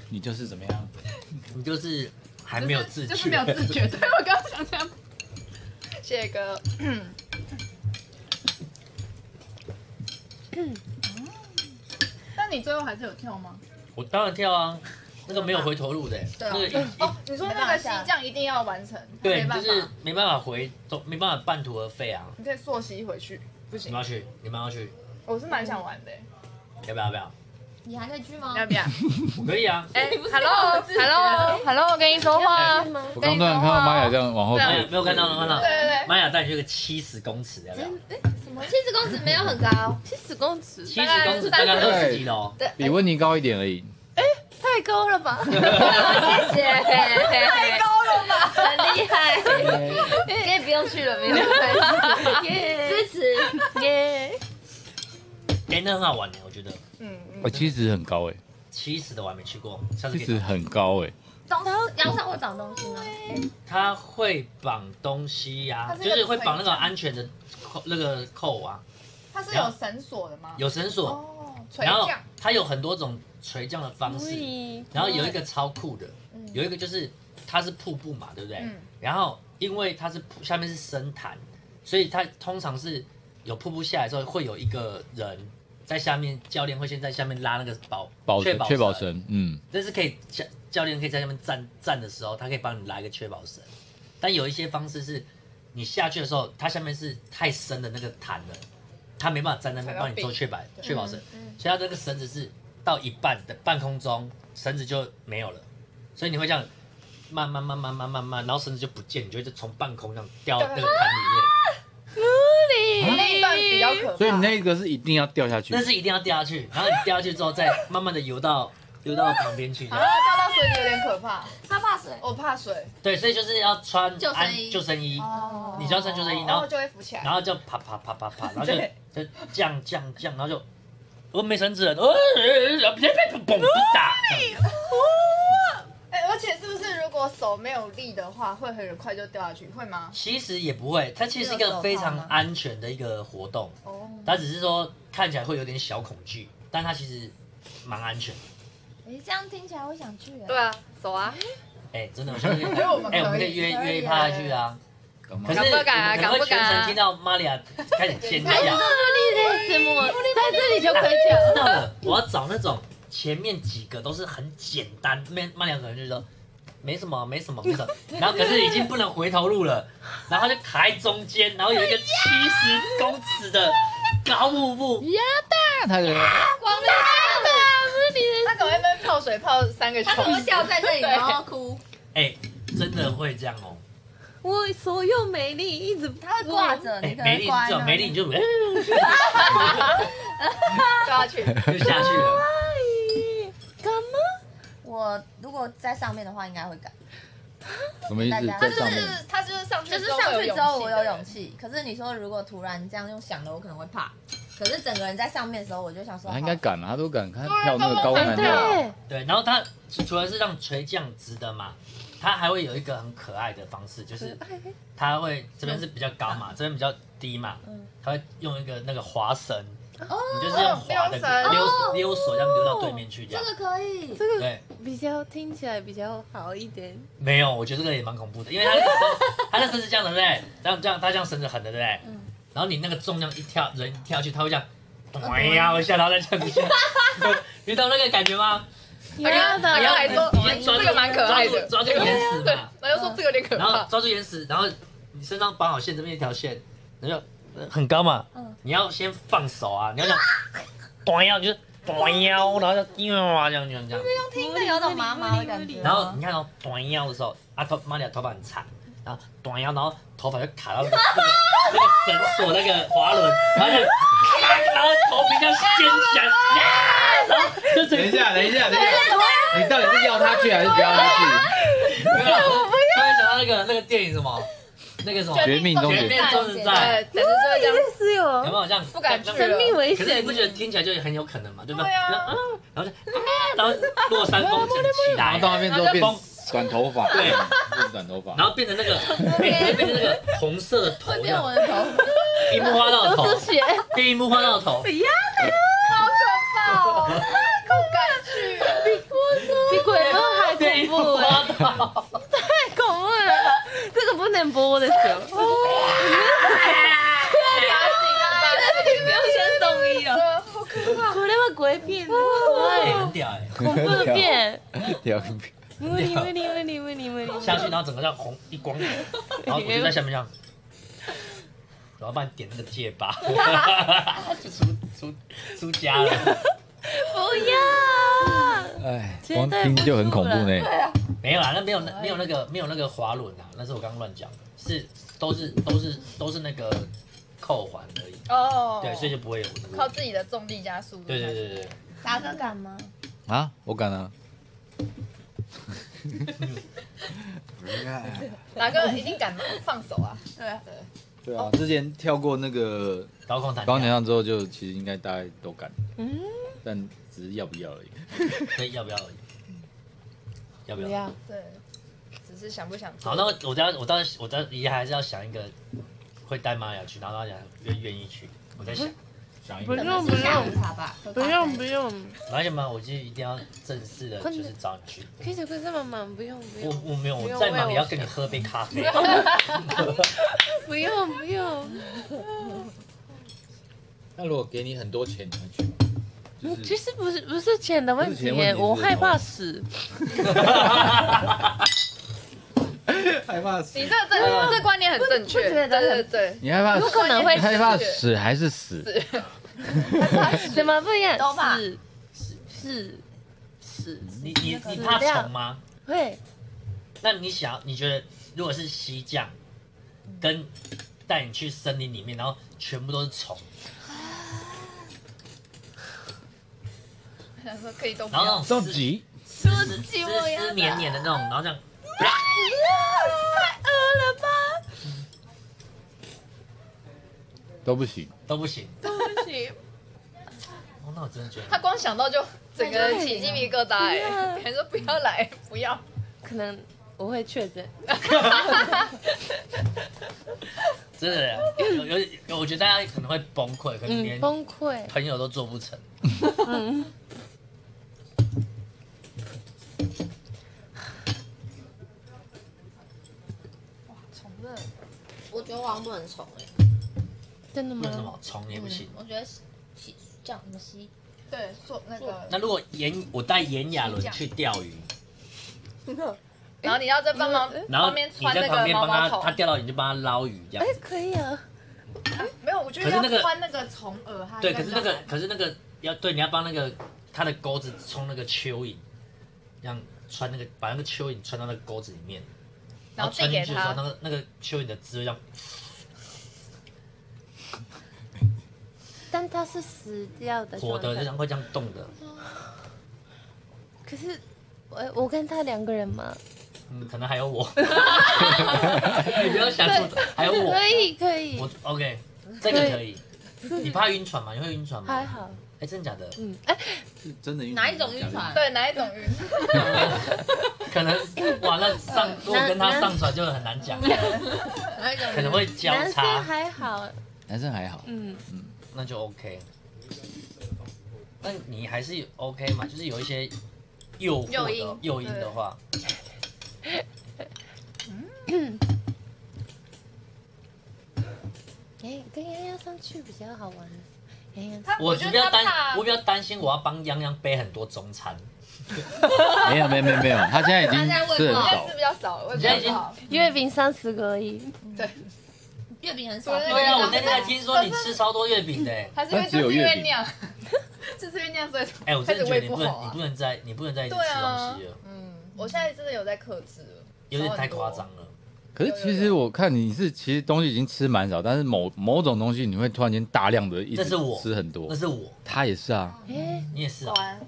Speaker 3: 你就是怎么样？
Speaker 4: 你就是还没有自觉，
Speaker 1: 就是没有自觉。对我刚刚想想，谢谢哥。但你最后还是有跳吗？
Speaker 4: 我当然跳啊，那个没有回头路的，
Speaker 1: 对啊
Speaker 4: 那个
Speaker 1: 哦，你说那个西藏一定要完成，
Speaker 4: 对，
Speaker 1: 没
Speaker 4: 就
Speaker 1: 办
Speaker 4: 是
Speaker 1: 法，
Speaker 4: 没办法回，都没办法半途而废啊。
Speaker 1: 你可以溯溪回去，不
Speaker 4: 你
Speaker 1: 行
Speaker 4: 们，要去，你们要去，
Speaker 1: 我是蛮想玩的欸，
Speaker 4: 要不要？要不要？
Speaker 2: 你还可以去吗？
Speaker 1: 要不要？
Speaker 4: 我可以啊。
Speaker 1: 哎，Hello，Hello，Hello，我跟你说话
Speaker 5: 是。吗？
Speaker 3: 我刚突然看到玛雅这样往后
Speaker 4: 没有
Speaker 3: 退，
Speaker 4: 没有看到，没有看到
Speaker 1: 对。对对，
Speaker 4: 玛雅带你去个七十公尺，要不要？
Speaker 2: 七十公尺没有很 高，
Speaker 5: 七十公尺，
Speaker 4: 七十公尺大概二十几楼，
Speaker 3: 比温妮高一点而已。
Speaker 5: 太高了吧？
Speaker 2: 谢谢，太高了吧，很厉害，今天不用去了，没有关 系，
Speaker 5: 耶
Speaker 2: 支持。
Speaker 5: 耶！
Speaker 4: 哎，那很好玩的，我觉得。
Speaker 1: 嗯
Speaker 3: 我
Speaker 6: 哦
Speaker 1: 嗯，
Speaker 3: 七十很高哎，
Speaker 6: 欸
Speaker 4: 七十的我还没去过，下次
Speaker 3: 七
Speaker 4: 可以
Speaker 3: 十
Speaker 4: 找。
Speaker 3: 很高哎，
Speaker 2: 东腰上会绑东西吗？
Speaker 4: 他会绑东西呀、
Speaker 1: 它是一
Speaker 4: 就
Speaker 1: 个
Speaker 4: 是会绑那个安全的扣那个扣啊，
Speaker 1: 它是有绳索的吗？
Speaker 4: 有绳索，
Speaker 1: 哦，垂
Speaker 4: 然后
Speaker 1: 降，
Speaker 4: 它有很多种垂降的方式，
Speaker 5: 喂
Speaker 4: 然后有一个超酷的，
Speaker 1: 嗯
Speaker 4: 有一个就是它是瀑布嘛，对不对？
Speaker 1: 嗯
Speaker 4: 然后因为它是瀑下面是深潭，所以它通常是有瀑布下来之后，会有一个人在下面，教练会先在下面拉那个保
Speaker 3: 保
Speaker 4: 确
Speaker 3: 神
Speaker 4: 保
Speaker 3: 确保神，嗯，
Speaker 4: 但是可以教教练可以在那边站站的时候，他可以帮你拉一个确保绳。但有一些方式是，你下去的时候，它下面是太深的那个潭了，他没办法站在那边帮你做确保确保绳，所以它这个绳子是到一半的半空中，绳子就没有了，所以你会这样慢慢慢慢慢慢慢，然后绳子就不见，你就会从半空这样掉到那个潭里啊
Speaker 1: 那一段比较可怕，
Speaker 3: 所以那个是一定要掉下去
Speaker 4: 面，那，是一定要掉下去，然后你掉下去之后再慢慢的游到游到旁边去这
Speaker 1: 啊
Speaker 4: 样。
Speaker 1: 掉到水里有点可怕，
Speaker 2: 他怕水，
Speaker 1: 我怕水，
Speaker 4: 对，所以就是要穿
Speaker 2: 救生
Speaker 4: 安
Speaker 2: 衣
Speaker 4: 救生衣。
Speaker 1: 哦
Speaker 4: 你就要穿救生衣然
Speaker 1: 然
Speaker 4: 后
Speaker 1: 后就会浮起来，
Speaker 4: 然后就啪啪啪啪啪，然后就
Speaker 1: 对
Speaker 4: 就降降降，然后就我没绳子了，哦，呃别别不蹦不打，
Speaker 1: 哎，而且是不是如果手没有力的话，会很快就掉下去，会吗？
Speaker 4: 其实也不会，它其实是一个非常安全的一个活动，
Speaker 1: 哦，
Speaker 4: 它只是说看起来会有点小恐惧，但它其实蛮安全的。
Speaker 2: 哎，这样听起来我想去。
Speaker 5: 对啊，走啊！
Speaker 4: 哎，真的，我觉得
Speaker 1: 觉得我们
Speaker 4: 哎，我们
Speaker 1: 可
Speaker 4: 可
Speaker 1: 以
Speaker 4: 以约
Speaker 2: 可以
Speaker 4: 约一趴去啊。可是
Speaker 5: 敢不敢啊
Speaker 4: 我们可能会
Speaker 5: 敢不敢啊
Speaker 4: 全程听到玛利亚开始尖叫。
Speaker 5: 在什么？在这 里就可以
Speaker 4: 知道
Speaker 5: 讲。
Speaker 4: 了，我要找那种前面几个都是很简单，慢慢两个人就说没什么，没什么，没什么，然后可是已经不能回头路了，然后就卡在中间，然后有一个七十公尺的高瀑布，
Speaker 3: 他的
Speaker 2: 光亮，
Speaker 1: 他可能会被泡水泡三个小
Speaker 2: 他可能会
Speaker 1: 时，
Speaker 2: 笑在这里，然后哭，
Speaker 4: 哎、真的会这样哦、
Speaker 5: 我所有美丽一直
Speaker 2: 他会挂着，
Speaker 4: 哎、
Speaker 2: 你可
Speaker 4: 没
Speaker 2: 能啊
Speaker 4: 力
Speaker 2: 挂
Speaker 4: 这
Speaker 2: 在
Speaker 4: 种
Speaker 2: 那
Speaker 4: 没
Speaker 2: 里。
Speaker 4: 力你就
Speaker 1: 掉下去，
Speaker 4: 就 下去了。
Speaker 5: 干嘛？
Speaker 2: 我如果在上面的话，应该会改。
Speaker 3: 什么意思？在上面，
Speaker 1: 他就是上去，
Speaker 2: 就是上去之后我有勇，气，可是你说如果突然这样用想的，我可能会怕。可是整个人在上面的时候，我就想说，
Speaker 3: 他应该
Speaker 2: 好
Speaker 3: 敢啊，他都敢，他跳那个高难度。
Speaker 5: 对，啊
Speaker 4: 对，然后它除了是让垂降直的嘛，它还会有一个很可爱的方式，就是它会这边是比较高嘛，这边比较低嘛，它会用一个那个滑绳你就是用滑的
Speaker 1: 哦
Speaker 4: 溜溜手这样溜到对面去这
Speaker 2: 这
Speaker 4: 样。
Speaker 2: 个可以，
Speaker 5: 这个
Speaker 4: 对，
Speaker 5: 比较听起来比较好一点。
Speaker 4: 没有，我觉得这个也蛮恐怖的，因为他那个绳，他那绳是这样的，对不对？这样这样，他这样绳子狠的，对不对？然后你那个重量一跳，人一跳下去，他会这样，哎呀，我下，然后再这样子下， 你懂那个感觉吗？
Speaker 1: 我刚
Speaker 4: 你
Speaker 1: 刚
Speaker 4: 要
Speaker 1: 还说哦
Speaker 4: 你先抓住
Speaker 1: 这个蛮可爱的，
Speaker 4: 抓住抓住岩石
Speaker 1: 对
Speaker 4: 嘛，，
Speaker 1: 然后就说这个有点可
Speaker 4: 然后
Speaker 1: 怕，
Speaker 4: 抓住岩石，然后你身上绑好线，这边一条线，然后就呃很高嘛，你要先放手啊，你要想， 短腰就是短腰，然后就丢啊，这样这样这样，
Speaker 2: 听着有种麻麻的感觉。
Speaker 4: 然后你看哦，短腰的时候，啊头妈的头发很长，然后短腰，然后头发就卡到那个那个那个绳索那个滑轮，然后就咔，然后头皮就掀起来，啊然后就整
Speaker 6: 等
Speaker 4: 个
Speaker 6: 一下，等一下，等一下，你到底是要他去还是不要他去？
Speaker 4: 没有，突然想到那个那个电影什么，那个什么
Speaker 1: 绝
Speaker 4: 《
Speaker 3: 绝命终
Speaker 4: 绝
Speaker 3: 结
Speaker 4: 命终结
Speaker 1: 对
Speaker 4: 战，
Speaker 1: 等着说这样
Speaker 5: 确实有
Speaker 4: 有没有这样？
Speaker 1: 不敢去
Speaker 5: 生
Speaker 1: 了
Speaker 5: 命危
Speaker 4: 可是你
Speaker 5: 险
Speaker 4: 不，觉得听起来就很有可能嘛，对不对？
Speaker 1: 对啊
Speaker 4: 然后嗯然后就啊，然后落山风景起
Speaker 6: 然
Speaker 4: 来
Speaker 6: 后，到那边之后变
Speaker 4: 然后
Speaker 6: 短头发，
Speaker 4: 对
Speaker 3: 嗯
Speaker 6: 变短头发，
Speaker 4: 然后变成那个变成那个红色的头，这样
Speaker 2: 我的头，
Speaker 4: 一幕花到头
Speaker 5: 都，是血，
Speaker 4: 第一幕花到
Speaker 1: 好
Speaker 4: 头，
Speaker 1: 可怕哦，不敢去，
Speaker 5: 比鬼门还
Speaker 4: 第一
Speaker 5: 恐
Speaker 4: 幕
Speaker 5: 怖哎、
Speaker 4: 花到头，
Speaker 5: 太恐怖了， 这个不能播的球。
Speaker 2: 你不用先送 医了。
Speaker 1: 好可怕，
Speaker 5: これは鬼片，
Speaker 4: 哎，
Speaker 5: 怖
Speaker 4: 很屌哎！
Speaker 5: 怖 片，
Speaker 6: 聊
Speaker 5: 無理無理無理無理無理。
Speaker 4: 下去，然后整个像红一光，然后我就在下面这样，然后帮你点那个戒疤， 就出出出家了。
Speaker 5: 不要。
Speaker 6: 哎，
Speaker 5: 绝对
Speaker 6: 光听就很恐怖呢。
Speaker 4: 没
Speaker 5: 哎
Speaker 4: 有啦，那没有那没有那个没有那个滑轮啊，那是我刚刚乱讲的，是都是都是都是那个扣环而已，
Speaker 1: 哦，
Speaker 4: 对，所以就不会有那
Speaker 1: 靠
Speaker 4: 个。
Speaker 1: 自己的重力加速度，
Speaker 4: 对对对对对，
Speaker 2: 达哥敢吗？
Speaker 6: 啊，我敢啊！
Speaker 1: 哪个一定敢放手啊？
Speaker 3: 对啊，之前跳过那个
Speaker 4: 高空弹
Speaker 3: 高难
Speaker 4: 跳，
Speaker 3: 上之后，就其实应该大家都敢，
Speaker 5: 嗯，
Speaker 3: 但只是要不要而已。
Speaker 4: 可以要不要而已？要不
Speaker 5: 不
Speaker 4: 要？
Speaker 5: 要。
Speaker 1: 对，只是想不想做
Speaker 4: 好，那我我到我到我到也还是要想一个会带玛雅去，然后大家愿愿意去。我在
Speaker 5: 嗯
Speaker 4: 想，
Speaker 6: 想一
Speaker 5: 不
Speaker 6: 个
Speaker 5: 用
Speaker 2: 是下午茶吧，
Speaker 5: 不用不。用，
Speaker 4: 而且嘛，我就一定要正式的，
Speaker 5: 困
Speaker 4: 就是找你去。
Speaker 5: 可以走快这么忙，不用不
Speaker 4: 我
Speaker 5: 用
Speaker 4: 我没有，
Speaker 5: 不
Speaker 4: 我
Speaker 5: 用
Speaker 4: 再忙
Speaker 5: 为
Speaker 4: 也要
Speaker 5: 我
Speaker 4: 跟你喝杯咖啡。
Speaker 5: 不用不用，
Speaker 6: 那如果给你很多钱，你会去吗？
Speaker 5: 其实不是不是钱的问题
Speaker 3: 不是钱的问
Speaker 5: 耶，
Speaker 3: 题
Speaker 5: 我害怕死。
Speaker 6: 害怕死
Speaker 1: 你这个正这观念很正确，对对对，
Speaker 6: 你害怕
Speaker 5: 有可能会
Speaker 6: 你害怕死还是死？
Speaker 5: 怎么不一样
Speaker 2: 都？吧
Speaker 5: 死死死，
Speaker 4: 你你你怕虫吗？
Speaker 5: 会
Speaker 4: 那你想，你觉得如果是西匠跟带你去森林里面，然后全部都是虫，
Speaker 1: 想说可以都不
Speaker 4: 然后
Speaker 1: 要
Speaker 4: 那，种湿
Speaker 6: 急，
Speaker 4: 湿湿湿
Speaker 1: 啊
Speaker 4: 湿黏黏的那种，然后这样，
Speaker 3: 都不行。
Speaker 4: 都不行。
Speaker 5: 不行，
Speaker 4: 哦，那我真的觉
Speaker 1: 他
Speaker 4: 得，
Speaker 1: 光想到就整个人起鸡皮疙瘩哎，别人说不要来，不要，
Speaker 5: 可能我会确诊。
Speaker 4: 真的有有有，我觉得大家可能会崩溃，可能
Speaker 5: 嗯，
Speaker 4: 连
Speaker 5: 崩溃。
Speaker 4: 朋友都做不成。
Speaker 5: 嗯，
Speaker 1: 虫的
Speaker 2: 我觉得我好像不能宠哎，
Speaker 4: 欸
Speaker 5: 真的
Speaker 1: 嗯
Speaker 4: 为什
Speaker 5: 吗？
Speaker 4: 么虫也不行？
Speaker 2: 嗯我觉得吸叫什么吸，
Speaker 1: 对，做那个，
Speaker 4: 那如果岩我带炎亚纶去钓鱼，
Speaker 1: 然后你要在帮忙
Speaker 4: 然后
Speaker 1: 旁边
Speaker 4: 你
Speaker 1: 穿
Speaker 4: 在
Speaker 1: 那
Speaker 4: 旁
Speaker 1: 个
Speaker 4: 边
Speaker 1: 毛毛
Speaker 4: 帮他，他
Speaker 1: 虫，
Speaker 4: 钓到你就帮他捞鱼这样
Speaker 5: 哎。，可以啊。
Speaker 1: 没有，我觉得
Speaker 4: 可是那个
Speaker 1: 要穿那个虫耳，它
Speaker 4: 对，
Speaker 1: 应该比
Speaker 4: 可是
Speaker 1: 较
Speaker 4: 那个
Speaker 1: 难，
Speaker 4: 可是那个要对，你要帮那个他的钩子冲那个蚯蚓，这样穿那个把那个蚯蚓穿到那个钩子里面，
Speaker 1: 然后
Speaker 4: 穿
Speaker 1: 递
Speaker 4: 进
Speaker 1: 给
Speaker 4: 去的时候，那
Speaker 1: 他，
Speaker 4: 个那个蚯蚓的汁这样，
Speaker 5: 但它是死掉的
Speaker 4: 活
Speaker 5: 状
Speaker 4: 的就
Speaker 5: 态。
Speaker 4: 像会这样动 的，
Speaker 5: 可是我我跟他两个人嘛，
Speaker 4: 嗯，可能还有 我， 你不要想错，还有我，
Speaker 5: 可以可以
Speaker 4: 我，OK，这个可以。你怕晕船吗？你会晕船吗？
Speaker 5: 还。好。
Speaker 4: 哎，真的假 的？
Speaker 5: 嗯，哎，
Speaker 3: 是真的晕
Speaker 2: 哪一种晕船？？
Speaker 1: 对，哪一种晕？
Speaker 4: 可 能完了上，如果跟他上船就很难讲，
Speaker 2: 哪一种
Speaker 4: 可能会交
Speaker 5: 男生
Speaker 4: 叉，
Speaker 5: 还好，
Speaker 6: 男生还好，
Speaker 5: 嗯，
Speaker 4: 那就 OK。但你还是 OK 嘛，就是有一些诱惑
Speaker 1: 诱
Speaker 4: 的
Speaker 1: 因
Speaker 4: 诱因的话，
Speaker 5: 哎，跟洋洋上去比较好玩。洋洋，
Speaker 1: 他
Speaker 4: 我
Speaker 1: 觉
Speaker 4: 比
Speaker 1: 得
Speaker 4: 较
Speaker 1: 他
Speaker 4: 担，
Speaker 1: 怕
Speaker 4: 我比较担心我要帮泱泱背很多中餐，
Speaker 3: 没有没有没有没有，他现在已
Speaker 2: 他现在
Speaker 3: 经
Speaker 2: 问
Speaker 3: 是很
Speaker 2: 我
Speaker 1: 现在
Speaker 3: 少
Speaker 1: 吃，比较少，我也不
Speaker 4: 现在已
Speaker 1: 知
Speaker 4: 经
Speaker 1: 道。
Speaker 5: 月饼三十个而已，
Speaker 2: 月饼很少，
Speaker 1: 对
Speaker 4: 对啊，
Speaker 1: 可是
Speaker 4: 我那天还听说你吃超多 月饼的、欸，
Speaker 1: 还是因为
Speaker 3: 但只有
Speaker 1: 就是因
Speaker 3: 月
Speaker 1: 为
Speaker 3: 饼
Speaker 1: 那样， 就是因为那样，所以
Speaker 4: 哎、我
Speaker 1: 开
Speaker 4: 真
Speaker 1: 始
Speaker 4: 的觉
Speaker 1: 胃
Speaker 4: 得你
Speaker 1: 不
Speaker 4: 不能，
Speaker 1: 好
Speaker 4: 你
Speaker 1: 啊
Speaker 4: 不。能再，你不能再一直
Speaker 1: 对
Speaker 4: 吃
Speaker 1: 啊
Speaker 4: 东西了，，
Speaker 1: 嗯，我现在真的有在克制了，
Speaker 4: 有点太夸张了。
Speaker 3: 可是其实我看你是其实东西已经吃蛮少，但是某某种东西你会突然间大量的一
Speaker 4: 这
Speaker 3: 直
Speaker 4: 是我
Speaker 3: 吃很多
Speaker 4: 那，是我，
Speaker 3: 他也是啊，
Speaker 5: 哎，
Speaker 4: 你也是啊。
Speaker 1: 完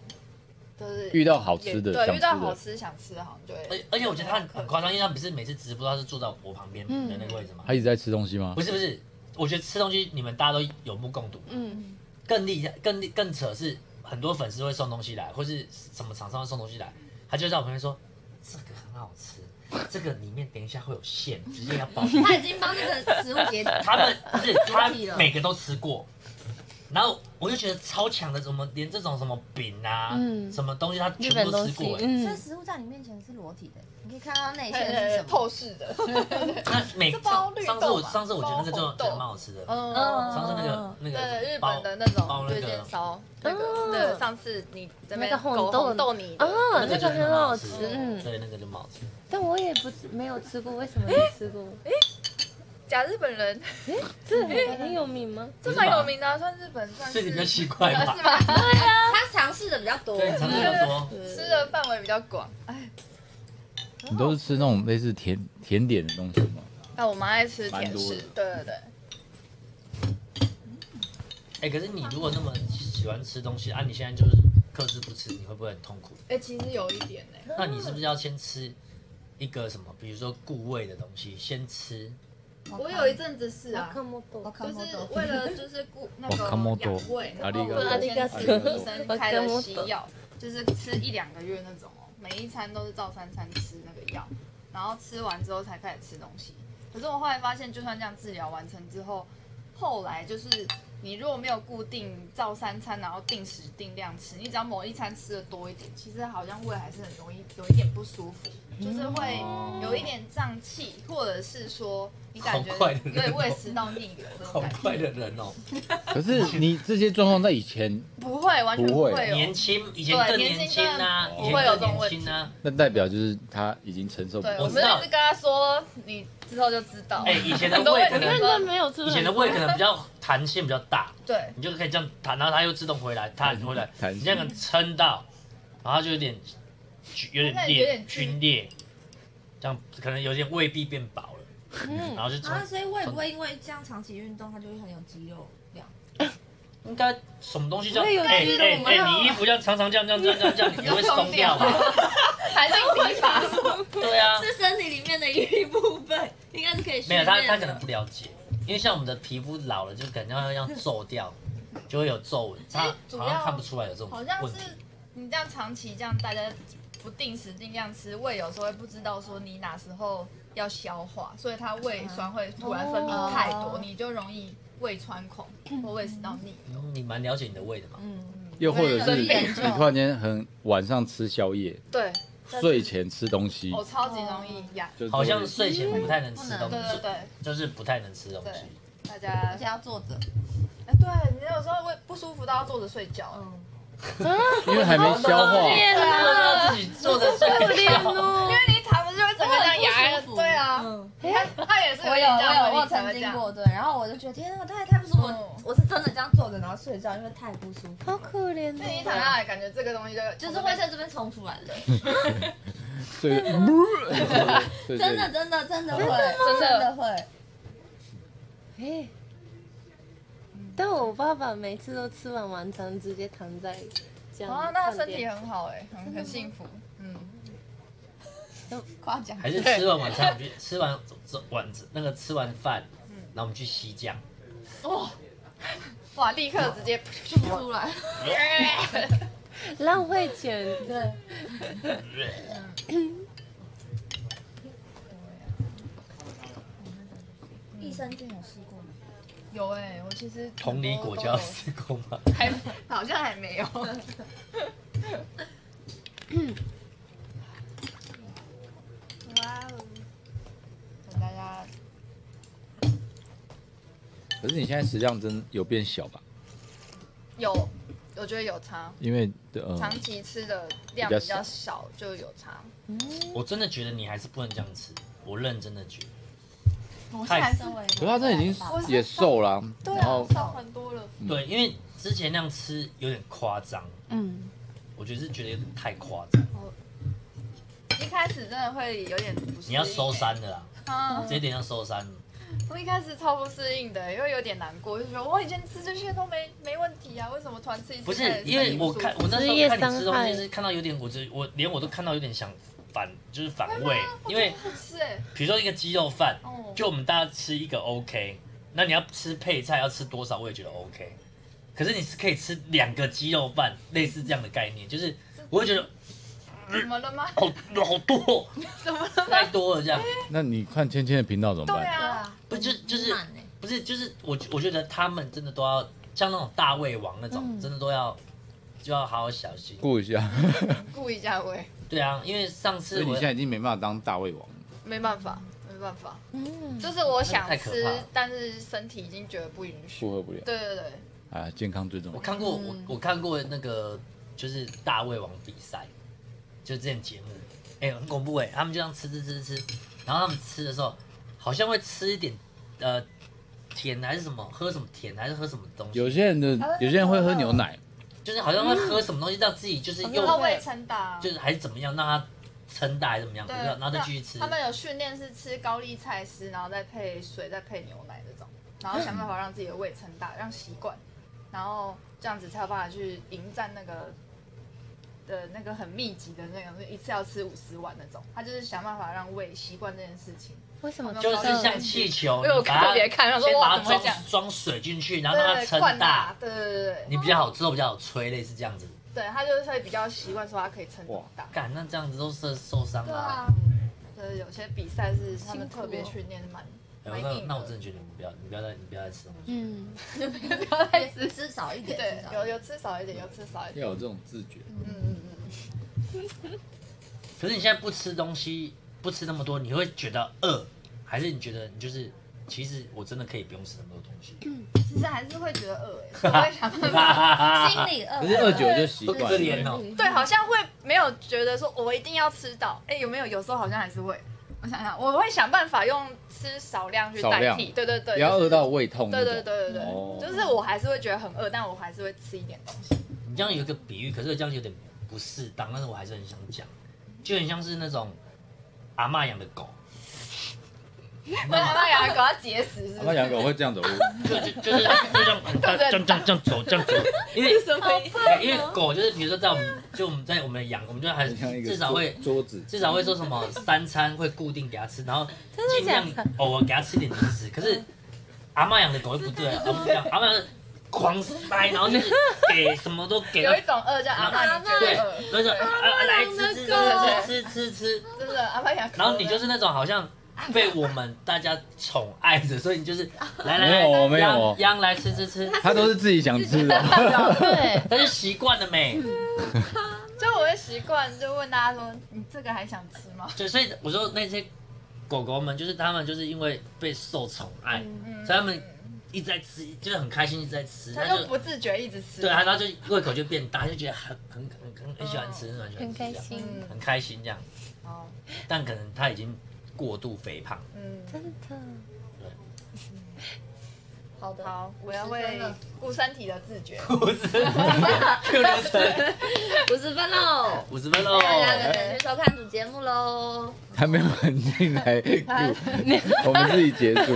Speaker 1: 就是
Speaker 3: 遇到好吃的
Speaker 1: 对，
Speaker 3: 想
Speaker 1: 遇
Speaker 3: 吃
Speaker 1: 到好
Speaker 3: 的，
Speaker 1: 吃想吃的，好像就
Speaker 4: 而
Speaker 1: 会。
Speaker 4: 而且我觉得他
Speaker 1: 啊
Speaker 4: 很夸张，因为他不是每次直播他是坐在我旁边的那个位置嘛
Speaker 3: 他。一直在吃东西吗
Speaker 4: 不？是不是，我觉得吃东西你们大家都有目共睹。
Speaker 5: 嗯，
Speaker 4: 更厉害、更厉更扯是，很多粉丝会送东西来，或是什么厂商会送东西来，他就在我旁边说这个很好吃，这个里面等一下会有馅，直接要爆。。
Speaker 2: 他已经帮这个食物解体
Speaker 4: 他们不是他
Speaker 2: 体了
Speaker 4: 每个都吃过，然后我就觉得超强的，怎么连这种什么饼啊、
Speaker 5: 嗯
Speaker 4: 什么东西他
Speaker 5: 日
Speaker 4: 全
Speaker 5: 本
Speaker 4: 部
Speaker 5: 东
Speaker 4: 都吃
Speaker 5: 西
Speaker 4: 过、，欸
Speaker 2: 所以
Speaker 5: 嗯，
Speaker 2: 食物在你面前是裸体的，你可以看到内馅是
Speaker 1: 呃
Speaker 2: 什么。
Speaker 1: 透视的，
Speaker 4: 那每
Speaker 1: 这包绿
Speaker 4: 上次
Speaker 1: 豆
Speaker 4: 我
Speaker 1: 吧
Speaker 4: 上次我觉得那个
Speaker 1: 包
Speaker 4: 就
Speaker 1: 红豆
Speaker 4: 蛮好吃的，
Speaker 5: 哦
Speaker 1: 嗯，
Speaker 4: 哎上次那个那个
Speaker 1: 对日
Speaker 4: 包
Speaker 1: 本的那
Speaker 4: 包
Speaker 1: 种
Speaker 4: 那
Speaker 1: 月
Speaker 4: 个
Speaker 1: 见烧，那个那个上次你这
Speaker 5: 那
Speaker 1: 边
Speaker 5: 个红
Speaker 1: 狗
Speaker 5: 豆
Speaker 1: 红豆泥的
Speaker 5: 啊，那
Speaker 4: 那
Speaker 5: 个
Speaker 4: 就
Speaker 5: 很好吃，嗯，
Speaker 4: 对那个就蛮好吃。
Speaker 5: 但我也不没有吃过，为什么没吃过？
Speaker 1: 假日本人，
Speaker 5: 这很很有名吗？
Speaker 1: 这蛮有名的啊，算日本算
Speaker 4: 所以你
Speaker 1: 是
Speaker 4: 比较奇怪吧？
Speaker 1: 是吧？
Speaker 2: 他尝试的比较多，
Speaker 4: 对，尝试比较多。
Speaker 1: 吃的范围比较广。哎，
Speaker 3: 你都是吃那种类似甜甜点的东西吗？
Speaker 1: 但我蛮爱吃甜
Speaker 3: 蛮多
Speaker 1: 食
Speaker 3: 的，
Speaker 1: 对对对。
Speaker 4: 哎、可是你如果那么喜欢吃东西啊，你现在就是克制不吃，你会不会很痛苦？
Speaker 1: 哎，其实有一点呢，
Speaker 4: 那你是不是要先吃一个什么，比如说固胃的东西，先吃？
Speaker 1: 我有一阵子是
Speaker 5: 啊，
Speaker 1: 啊，
Speaker 5: 看不懂
Speaker 2: 我。看
Speaker 1: 就
Speaker 2: 不
Speaker 1: 是
Speaker 2: 懂
Speaker 1: 为了就是 顾那个
Speaker 3: 我
Speaker 1: 养胃，
Speaker 3: 阿
Speaker 1: 然
Speaker 3: 里
Speaker 1: 后
Speaker 3: 嘎
Speaker 1: 我先
Speaker 3: 多
Speaker 1: 吃医生开的西药，就是吃一两个月那种哦，每一餐都是照三餐吃那个药，然后吃完之后才开始吃东西。可是我后来发现，就算这样治疗完成之后，后来就是你如果没有固定照三餐，然后定时定量吃，你只要某一餐吃的多一点，其实好像胃还是很容易有一点不舒服，就是会有一点胀气，或者是说你感觉
Speaker 4: 好快的
Speaker 1: 有点胃食道逆流这
Speaker 4: 好
Speaker 1: 种感觉。
Speaker 4: 快的人哦、
Speaker 3: 可是你这些状况在以前，
Speaker 1: 不会，完全
Speaker 3: 不会
Speaker 1: 会哦有
Speaker 4: 年轻以前
Speaker 1: 对
Speaker 4: 更
Speaker 1: 年
Speaker 4: 年轻
Speaker 1: 轻
Speaker 4: 啊，
Speaker 1: 更
Speaker 4: 以前
Speaker 1: 不会有
Speaker 4: 更
Speaker 1: 这种
Speaker 4: 年
Speaker 1: 问题
Speaker 4: 轻啊。
Speaker 3: 那代表就是他已经承受不
Speaker 1: 对，
Speaker 3: 了
Speaker 1: 我
Speaker 4: 我
Speaker 1: 们
Speaker 4: 知道
Speaker 1: 一直跟他说，你之后就知道。
Speaker 4: 哎、以前的
Speaker 1: 很多
Speaker 4: 胃
Speaker 1: 胃
Speaker 4: 可
Speaker 1: 你看
Speaker 5: 真
Speaker 4: 能，
Speaker 5: 的没有吃
Speaker 4: 以前的
Speaker 5: 过。
Speaker 4: 胃可能比较弹性比较大，
Speaker 1: 对，
Speaker 4: 你就可以这样弹，然后它又自动回来，弹回来，
Speaker 3: 弹
Speaker 4: 你这样可能撑到，然后就有点有点
Speaker 1: 那有
Speaker 4: 裂，
Speaker 1: 点剧
Speaker 4: 皲裂，这样可能有点胃壁变薄了，
Speaker 5: 嗯
Speaker 4: 然后就从
Speaker 2: 啊，所以胃不会因为这样长期运动，它就会很有肌肉量。
Speaker 4: 应该什么东西这样？
Speaker 5: 我也有
Speaker 4: 哎
Speaker 5: 肌肉
Speaker 4: 哎
Speaker 5: 没有
Speaker 4: 哎，你衣服这样常常这样这样这样这样，也会松 掉吧？
Speaker 1: 弹性疲乏，
Speaker 4: 对 啊，
Speaker 2: 是身体里面的一部分，应该是可以训
Speaker 4: 没有
Speaker 2: 练的。
Speaker 4: 他他可能不了解，因为像我们的皮肤老了就感觉要要皱掉，就会有皱纹，他
Speaker 1: 主
Speaker 4: 好
Speaker 1: 要
Speaker 4: 像看不出来有这种
Speaker 1: 好像
Speaker 4: 问
Speaker 1: 是
Speaker 4: 题。
Speaker 1: 你这样长期这样大家不定时定量吃，胃有时候会不知道说你哪时候要消化，所以它胃酸会突然分泌太多，
Speaker 2: 哦
Speaker 1: 你就容易胃穿孔或胃食道逆流。
Speaker 4: 嗯你蛮了解你的胃的嘛？
Speaker 2: 嗯，
Speaker 3: 又或者是
Speaker 1: 对
Speaker 3: 你
Speaker 1: 研究
Speaker 3: 突然间很晚上吃宵夜，
Speaker 1: 对，
Speaker 3: 睡前吃东西
Speaker 1: 我，哦超级容易呀。
Speaker 3: 就是
Speaker 4: 好像睡前不太能吃东
Speaker 2: 嗯
Speaker 1: 对对
Speaker 4: 西，
Speaker 1: 对，
Speaker 4: 就是不太能吃东西。
Speaker 1: 大家
Speaker 2: 而且，要坐着，
Speaker 1: 哎对你有时候胃不舒服都要坐着睡觉。
Speaker 2: 嗯，
Speaker 3: 因为还没消化，
Speaker 5: 天
Speaker 4: 做
Speaker 5: 哪，
Speaker 4: 到自己坐着睡
Speaker 5: 天
Speaker 4: 觉，
Speaker 1: 因
Speaker 5: 哦！
Speaker 1: 为你一躺着就会整个这样压，对啊，
Speaker 2: 嗯
Speaker 1: 他他也是
Speaker 2: 我
Speaker 1: 点
Speaker 2: 有
Speaker 1: 这样
Speaker 2: 我有
Speaker 1: 问
Speaker 2: 我
Speaker 1: 题才
Speaker 2: 曾
Speaker 1: 会这
Speaker 2: 经
Speaker 1: 样
Speaker 2: 过对，然后我就觉得天啊，太太不舒服，我
Speaker 1: 嗯
Speaker 2: 我是真的这样坐着然后睡觉，因为太不舒服，
Speaker 5: 好可怜
Speaker 1: 那你一
Speaker 5: 哦。
Speaker 1: 躺下来，感觉这个东西就
Speaker 2: 就是会在这边冲出来 的，
Speaker 3: 所以所以
Speaker 2: 真的真的真的会，真的会，
Speaker 5: 哎，但我爸爸每次都吃完晚餐直接躺在这样。
Speaker 1: 啊，那他身体很好哎，很很幸福，嗯，
Speaker 2: 夸奖。
Speaker 4: 还是吃完晚餐，我们去吃完晚那个吃完饭，然后我们去西江，
Speaker 1: 哇，立刻直接
Speaker 2: 出来，
Speaker 5: 浪费钱，
Speaker 2: 对，益生菌有试过吗？
Speaker 1: 有哎、我其实
Speaker 4: 同理果胶施工吗？
Speaker 1: 还好像还 没有。
Speaker 2: 哇哦，
Speaker 1: 等大家
Speaker 3: 可是你现在食量真有变小吧？
Speaker 1: 有，我觉得有差，
Speaker 3: 因为呃，
Speaker 1: 长期吃的量比较少就有差。
Speaker 4: 我真的觉得你还是不能这样吃，我认真的觉得。
Speaker 1: 我
Speaker 4: 现在
Speaker 1: 稍微
Speaker 3: 可是他这已经也瘦了啊、然后
Speaker 1: 少很多了，
Speaker 4: 对，因为之前那样吃有点夸张，
Speaker 5: 嗯，
Speaker 4: 我觉得是觉得有点太夸张，
Speaker 1: 一开始真的会有点不适应。
Speaker 4: 你要收山的啦，
Speaker 1: 啊！
Speaker 4: 这一点要收山。
Speaker 1: 我一开始超不适应的，因为有点难过，就觉得我以前吃这些都没没问题啊，为什么突然吃一次
Speaker 4: 不
Speaker 1: 开
Speaker 4: 是
Speaker 1: 始
Speaker 4: 因为我看我那时
Speaker 5: 职业
Speaker 4: 候看
Speaker 5: 伤
Speaker 4: 你
Speaker 5: 害
Speaker 4: 吃东西是看到有点，我就我连我都看到有点想反，就是反胃，因为
Speaker 1: 不吃欸
Speaker 4: 比如说一个鸡肉饭，
Speaker 1: 哦
Speaker 4: 就我们大家吃一个 OK，那你要吃配菜要吃多少，我也觉得 OK。可是你是可以吃两个鸡肉饭，类似这样的概念，就是我会觉得
Speaker 1: 怎么了吗？
Speaker 4: 好好多，
Speaker 1: 怎么了
Speaker 4: 太
Speaker 1: 吗？
Speaker 4: 多了这样，
Speaker 3: 那你看芊芊的频道怎么
Speaker 1: 对
Speaker 3: 办？
Speaker 1: 啊，
Speaker 4: 不就就是
Speaker 2: 满 欸
Speaker 4: 不是就是我我觉得他们真的都要像那种大胃王那种，真的都要就要好好小心。
Speaker 3: 顾一下，
Speaker 1: 顾一下胃，
Speaker 4: 对啊，因为上
Speaker 3: 所
Speaker 4: 次
Speaker 3: 以你
Speaker 4: 我
Speaker 3: 现在已经没办法当大胃王了。
Speaker 1: 没办法，没办法，
Speaker 5: 嗯
Speaker 1: 就是我想
Speaker 4: 太可
Speaker 1: 吃
Speaker 4: 怕了，
Speaker 1: 但是身体已经觉得不允许。
Speaker 3: 负荷不了
Speaker 1: 对对对，
Speaker 3: 啊，健康最重
Speaker 4: 我
Speaker 3: 要。
Speaker 4: 看过我我看过那个就是大胃王比赛，就之前节目，哎、很恐怖哎、他们就这样吃吃吃吃，然后他们吃的时候好像会吃一点呃甜还是什么，喝什么甜还是喝什么东西，
Speaker 3: 有些人的
Speaker 1: 啊
Speaker 3: 有些人会喝牛奶，
Speaker 4: 就是好像会喝什么东西让自己就是
Speaker 1: 然
Speaker 4: 又
Speaker 1: 后胃撑大，啊
Speaker 4: 就是还是怎么样让它撑大还是怎么样，不
Speaker 1: 对
Speaker 4: 知道，然后再继续吃
Speaker 1: 那他。们有训练是吃高丽菜丝，然后再配水，再配牛奶这种，然后想办法让自己的胃撑大，让习惯，然后这样子才有办法去迎战那个的那个很密集的那个，一次要吃五十碗那种。他就是想办法让胃习惯这件事情。
Speaker 5: 为什么
Speaker 1: 好
Speaker 4: 就是
Speaker 1: 像
Speaker 4: 像气球，
Speaker 1: 因为我
Speaker 4: 你把它
Speaker 1: 特别看想说
Speaker 4: 先
Speaker 1: 哇
Speaker 4: 把
Speaker 1: 怎么会
Speaker 4: 它
Speaker 1: 这样
Speaker 4: 装装水进去，然后让它
Speaker 1: 对，
Speaker 4: 撑
Speaker 1: 灌
Speaker 4: 大，
Speaker 1: 对对对对
Speaker 4: 你比较好之后比较好吹，类似这样子。
Speaker 1: 对，他就是会比较习惯说他可以撑
Speaker 3: 哇
Speaker 1: 大。
Speaker 4: 干，那这样子都是受伤
Speaker 1: 对
Speaker 4: 了、
Speaker 1: 啊，就是有些比赛是他们特别训练蛮
Speaker 4: 哎
Speaker 1: 蛮
Speaker 4: 那
Speaker 1: 硬
Speaker 4: 那我
Speaker 1: 的
Speaker 4: 真。的觉得你们不要，你不要再，你不要再吃东西。
Speaker 5: 嗯，
Speaker 1: 不要再吃，
Speaker 2: 吃少一点，
Speaker 1: 对
Speaker 2: 吃，少一
Speaker 1: 有
Speaker 2: 点
Speaker 1: 有吃少一点，有吃少一点。
Speaker 3: 啊要有这种自觉。
Speaker 1: 嗯嗯嗯。
Speaker 4: 可是你现在不吃东西，不吃那么多，你会觉得饿，还是你觉得你就是，其实我真的可以不用吃那么多东西？
Speaker 1: 其实还是会觉得饿、欸，所以我会想办法。
Speaker 2: 心
Speaker 4: 哈，
Speaker 2: 里饿，
Speaker 3: 可啊是二九就习
Speaker 4: 不
Speaker 3: 惯
Speaker 4: 可怜
Speaker 3: 了，
Speaker 4: 哦。
Speaker 1: 对，好像会没有觉得说我一定要吃到，哎、有没有？有时候好像还是会，我想想，我会想办法用吃少量去
Speaker 3: 少
Speaker 1: 代
Speaker 3: 量
Speaker 1: 替。对对对，
Speaker 3: 不要
Speaker 1: 就是
Speaker 3: 饿到胃痛那
Speaker 1: 对对
Speaker 3: 种。
Speaker 1: 对对对，
Speaker 3: 哦
Speaker 1: 就是我还是会觉得很饿，但我还是会吃一点东西。
Speaker 4: 你这样有一个比喻，可是这样有点不适当，但是我还是很想讲，就很像是那种阿嬷养的狗，
Speaker 1: 那妈妈养的狗要节食是
Speaker 3: 阿
Speaker 1: 不
Speaker 3: 妈
Speaker 1: 是？
Speaker 3: 养狗会这样走路，
Speaker 4: 就就就是就 这样很大这样这样这样走这 样走，因为
Speaker 1: 什么意思？
Speaker 4: 哎因为狗就是比如说在我们就我们在我们养，我们就还是
Speaker 3: 很像一个
Speaker 4: 至少
Speaker 3: 桌
Speaker 4: 会
Speaker 3: 桌子。
Speaker 4: 至少会说什 么三餐会固定给它吃，然后尽量
Speaker 5: 真的假嗯
Speaker 4: 偶尔给它吃点零食。可是阿妈养的狗就不对 了，我们讲阿妈狂塞，然后就是给什么都给
Speaker 1: 有
Speaker 4: 到
Speaker 1: 一，种饿叫阿妈，你觉
Speaker 4: 对
Speaker 1: 得饿，？
Speaker 4: 那种啊来吃吃吃吃吃吃吃，
Speaker 1: 真的阿妈养狗。
Speaker 4: 然后你就是那种好像。被我们大家宠爱着，所以你就是来来
Speaker 3: 没有哦
Speaker 4: 来，
Speaker 3: 没有哦
Speaker 4: 央央来吃吃吃，
Speaker 3: 他都是自己想吃的，
Speaker 5: 啊对，
Speaker 4: 但是习惯了没？
Speaker 1: 就我会习惯就问大家说，你这个还想吃吗？
Speaker 4: 对，所以我说那些狗狗们，就是他们就是因为被受宠爱，所以他们一直在吃，就是很开心一直在吃，
Speaker 1: 他
Speaker 4: 他
Speaker 1: 就
Speaker 4: 就
Speaker 1: 不自觉一直吃。
Speaker 4: 对，然后就胃口就变大，就觉得很很很很很喜欢吃，很喜欢吃
Speaker 5: 很
Speaker 4: 这
Speaker 5: 开
Speaker 4: 样，
Speaker 5: 心，
Speaker 1: 嗯
Speaker 4: 很开心这样。
Speaker 1: 哦，
Speaker 4: 但可能他已经过度肥胖，
Speaker 1: 嗯，
Speaker 5: 真的。
Speaker 2: 好的，
Speaker 1: 好，我要
Speaker 2: 十分
Speaker 1: 为
Speaker 2: 了
Speaker 1: 顾身体的自觉。
Speaker 4: 五十分， 六六分，
Speaker 2: 五十分喽，
Speaker 4: 五十分喽。
Speaker 2: 大家可能去收看主节目喽，
Speaker 3: 还没有人进 来顾，我们自己结束。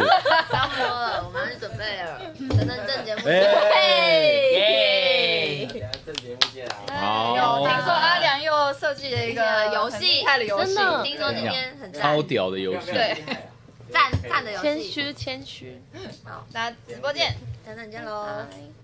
Speaker 2: 差不多了，我们要去准备了，等等正节目。
Speaker 3: 哎
Speaker 4: 耶！
Speaker 6: 这节目见啊！
Speaker 3: 好
Speaker 1: 有听说阿良又设计了一个
Speaker 2: 游戏
Speaker 1: 很厉害的游戏，
Speaker 5: 真 的
Speaker 2: 听说今天很赞
Speaker 3: 超，屌的游戏，
Speaker 1: 对
Speaker 2: 赞赞的游
Speaker 5: 谦
Speaker 2: 戏，
Speaker 5: 虚谦虚，
Speaker 1: 大家直播见。
Speaker 2: 等等见喽。
Speaker 5: 拜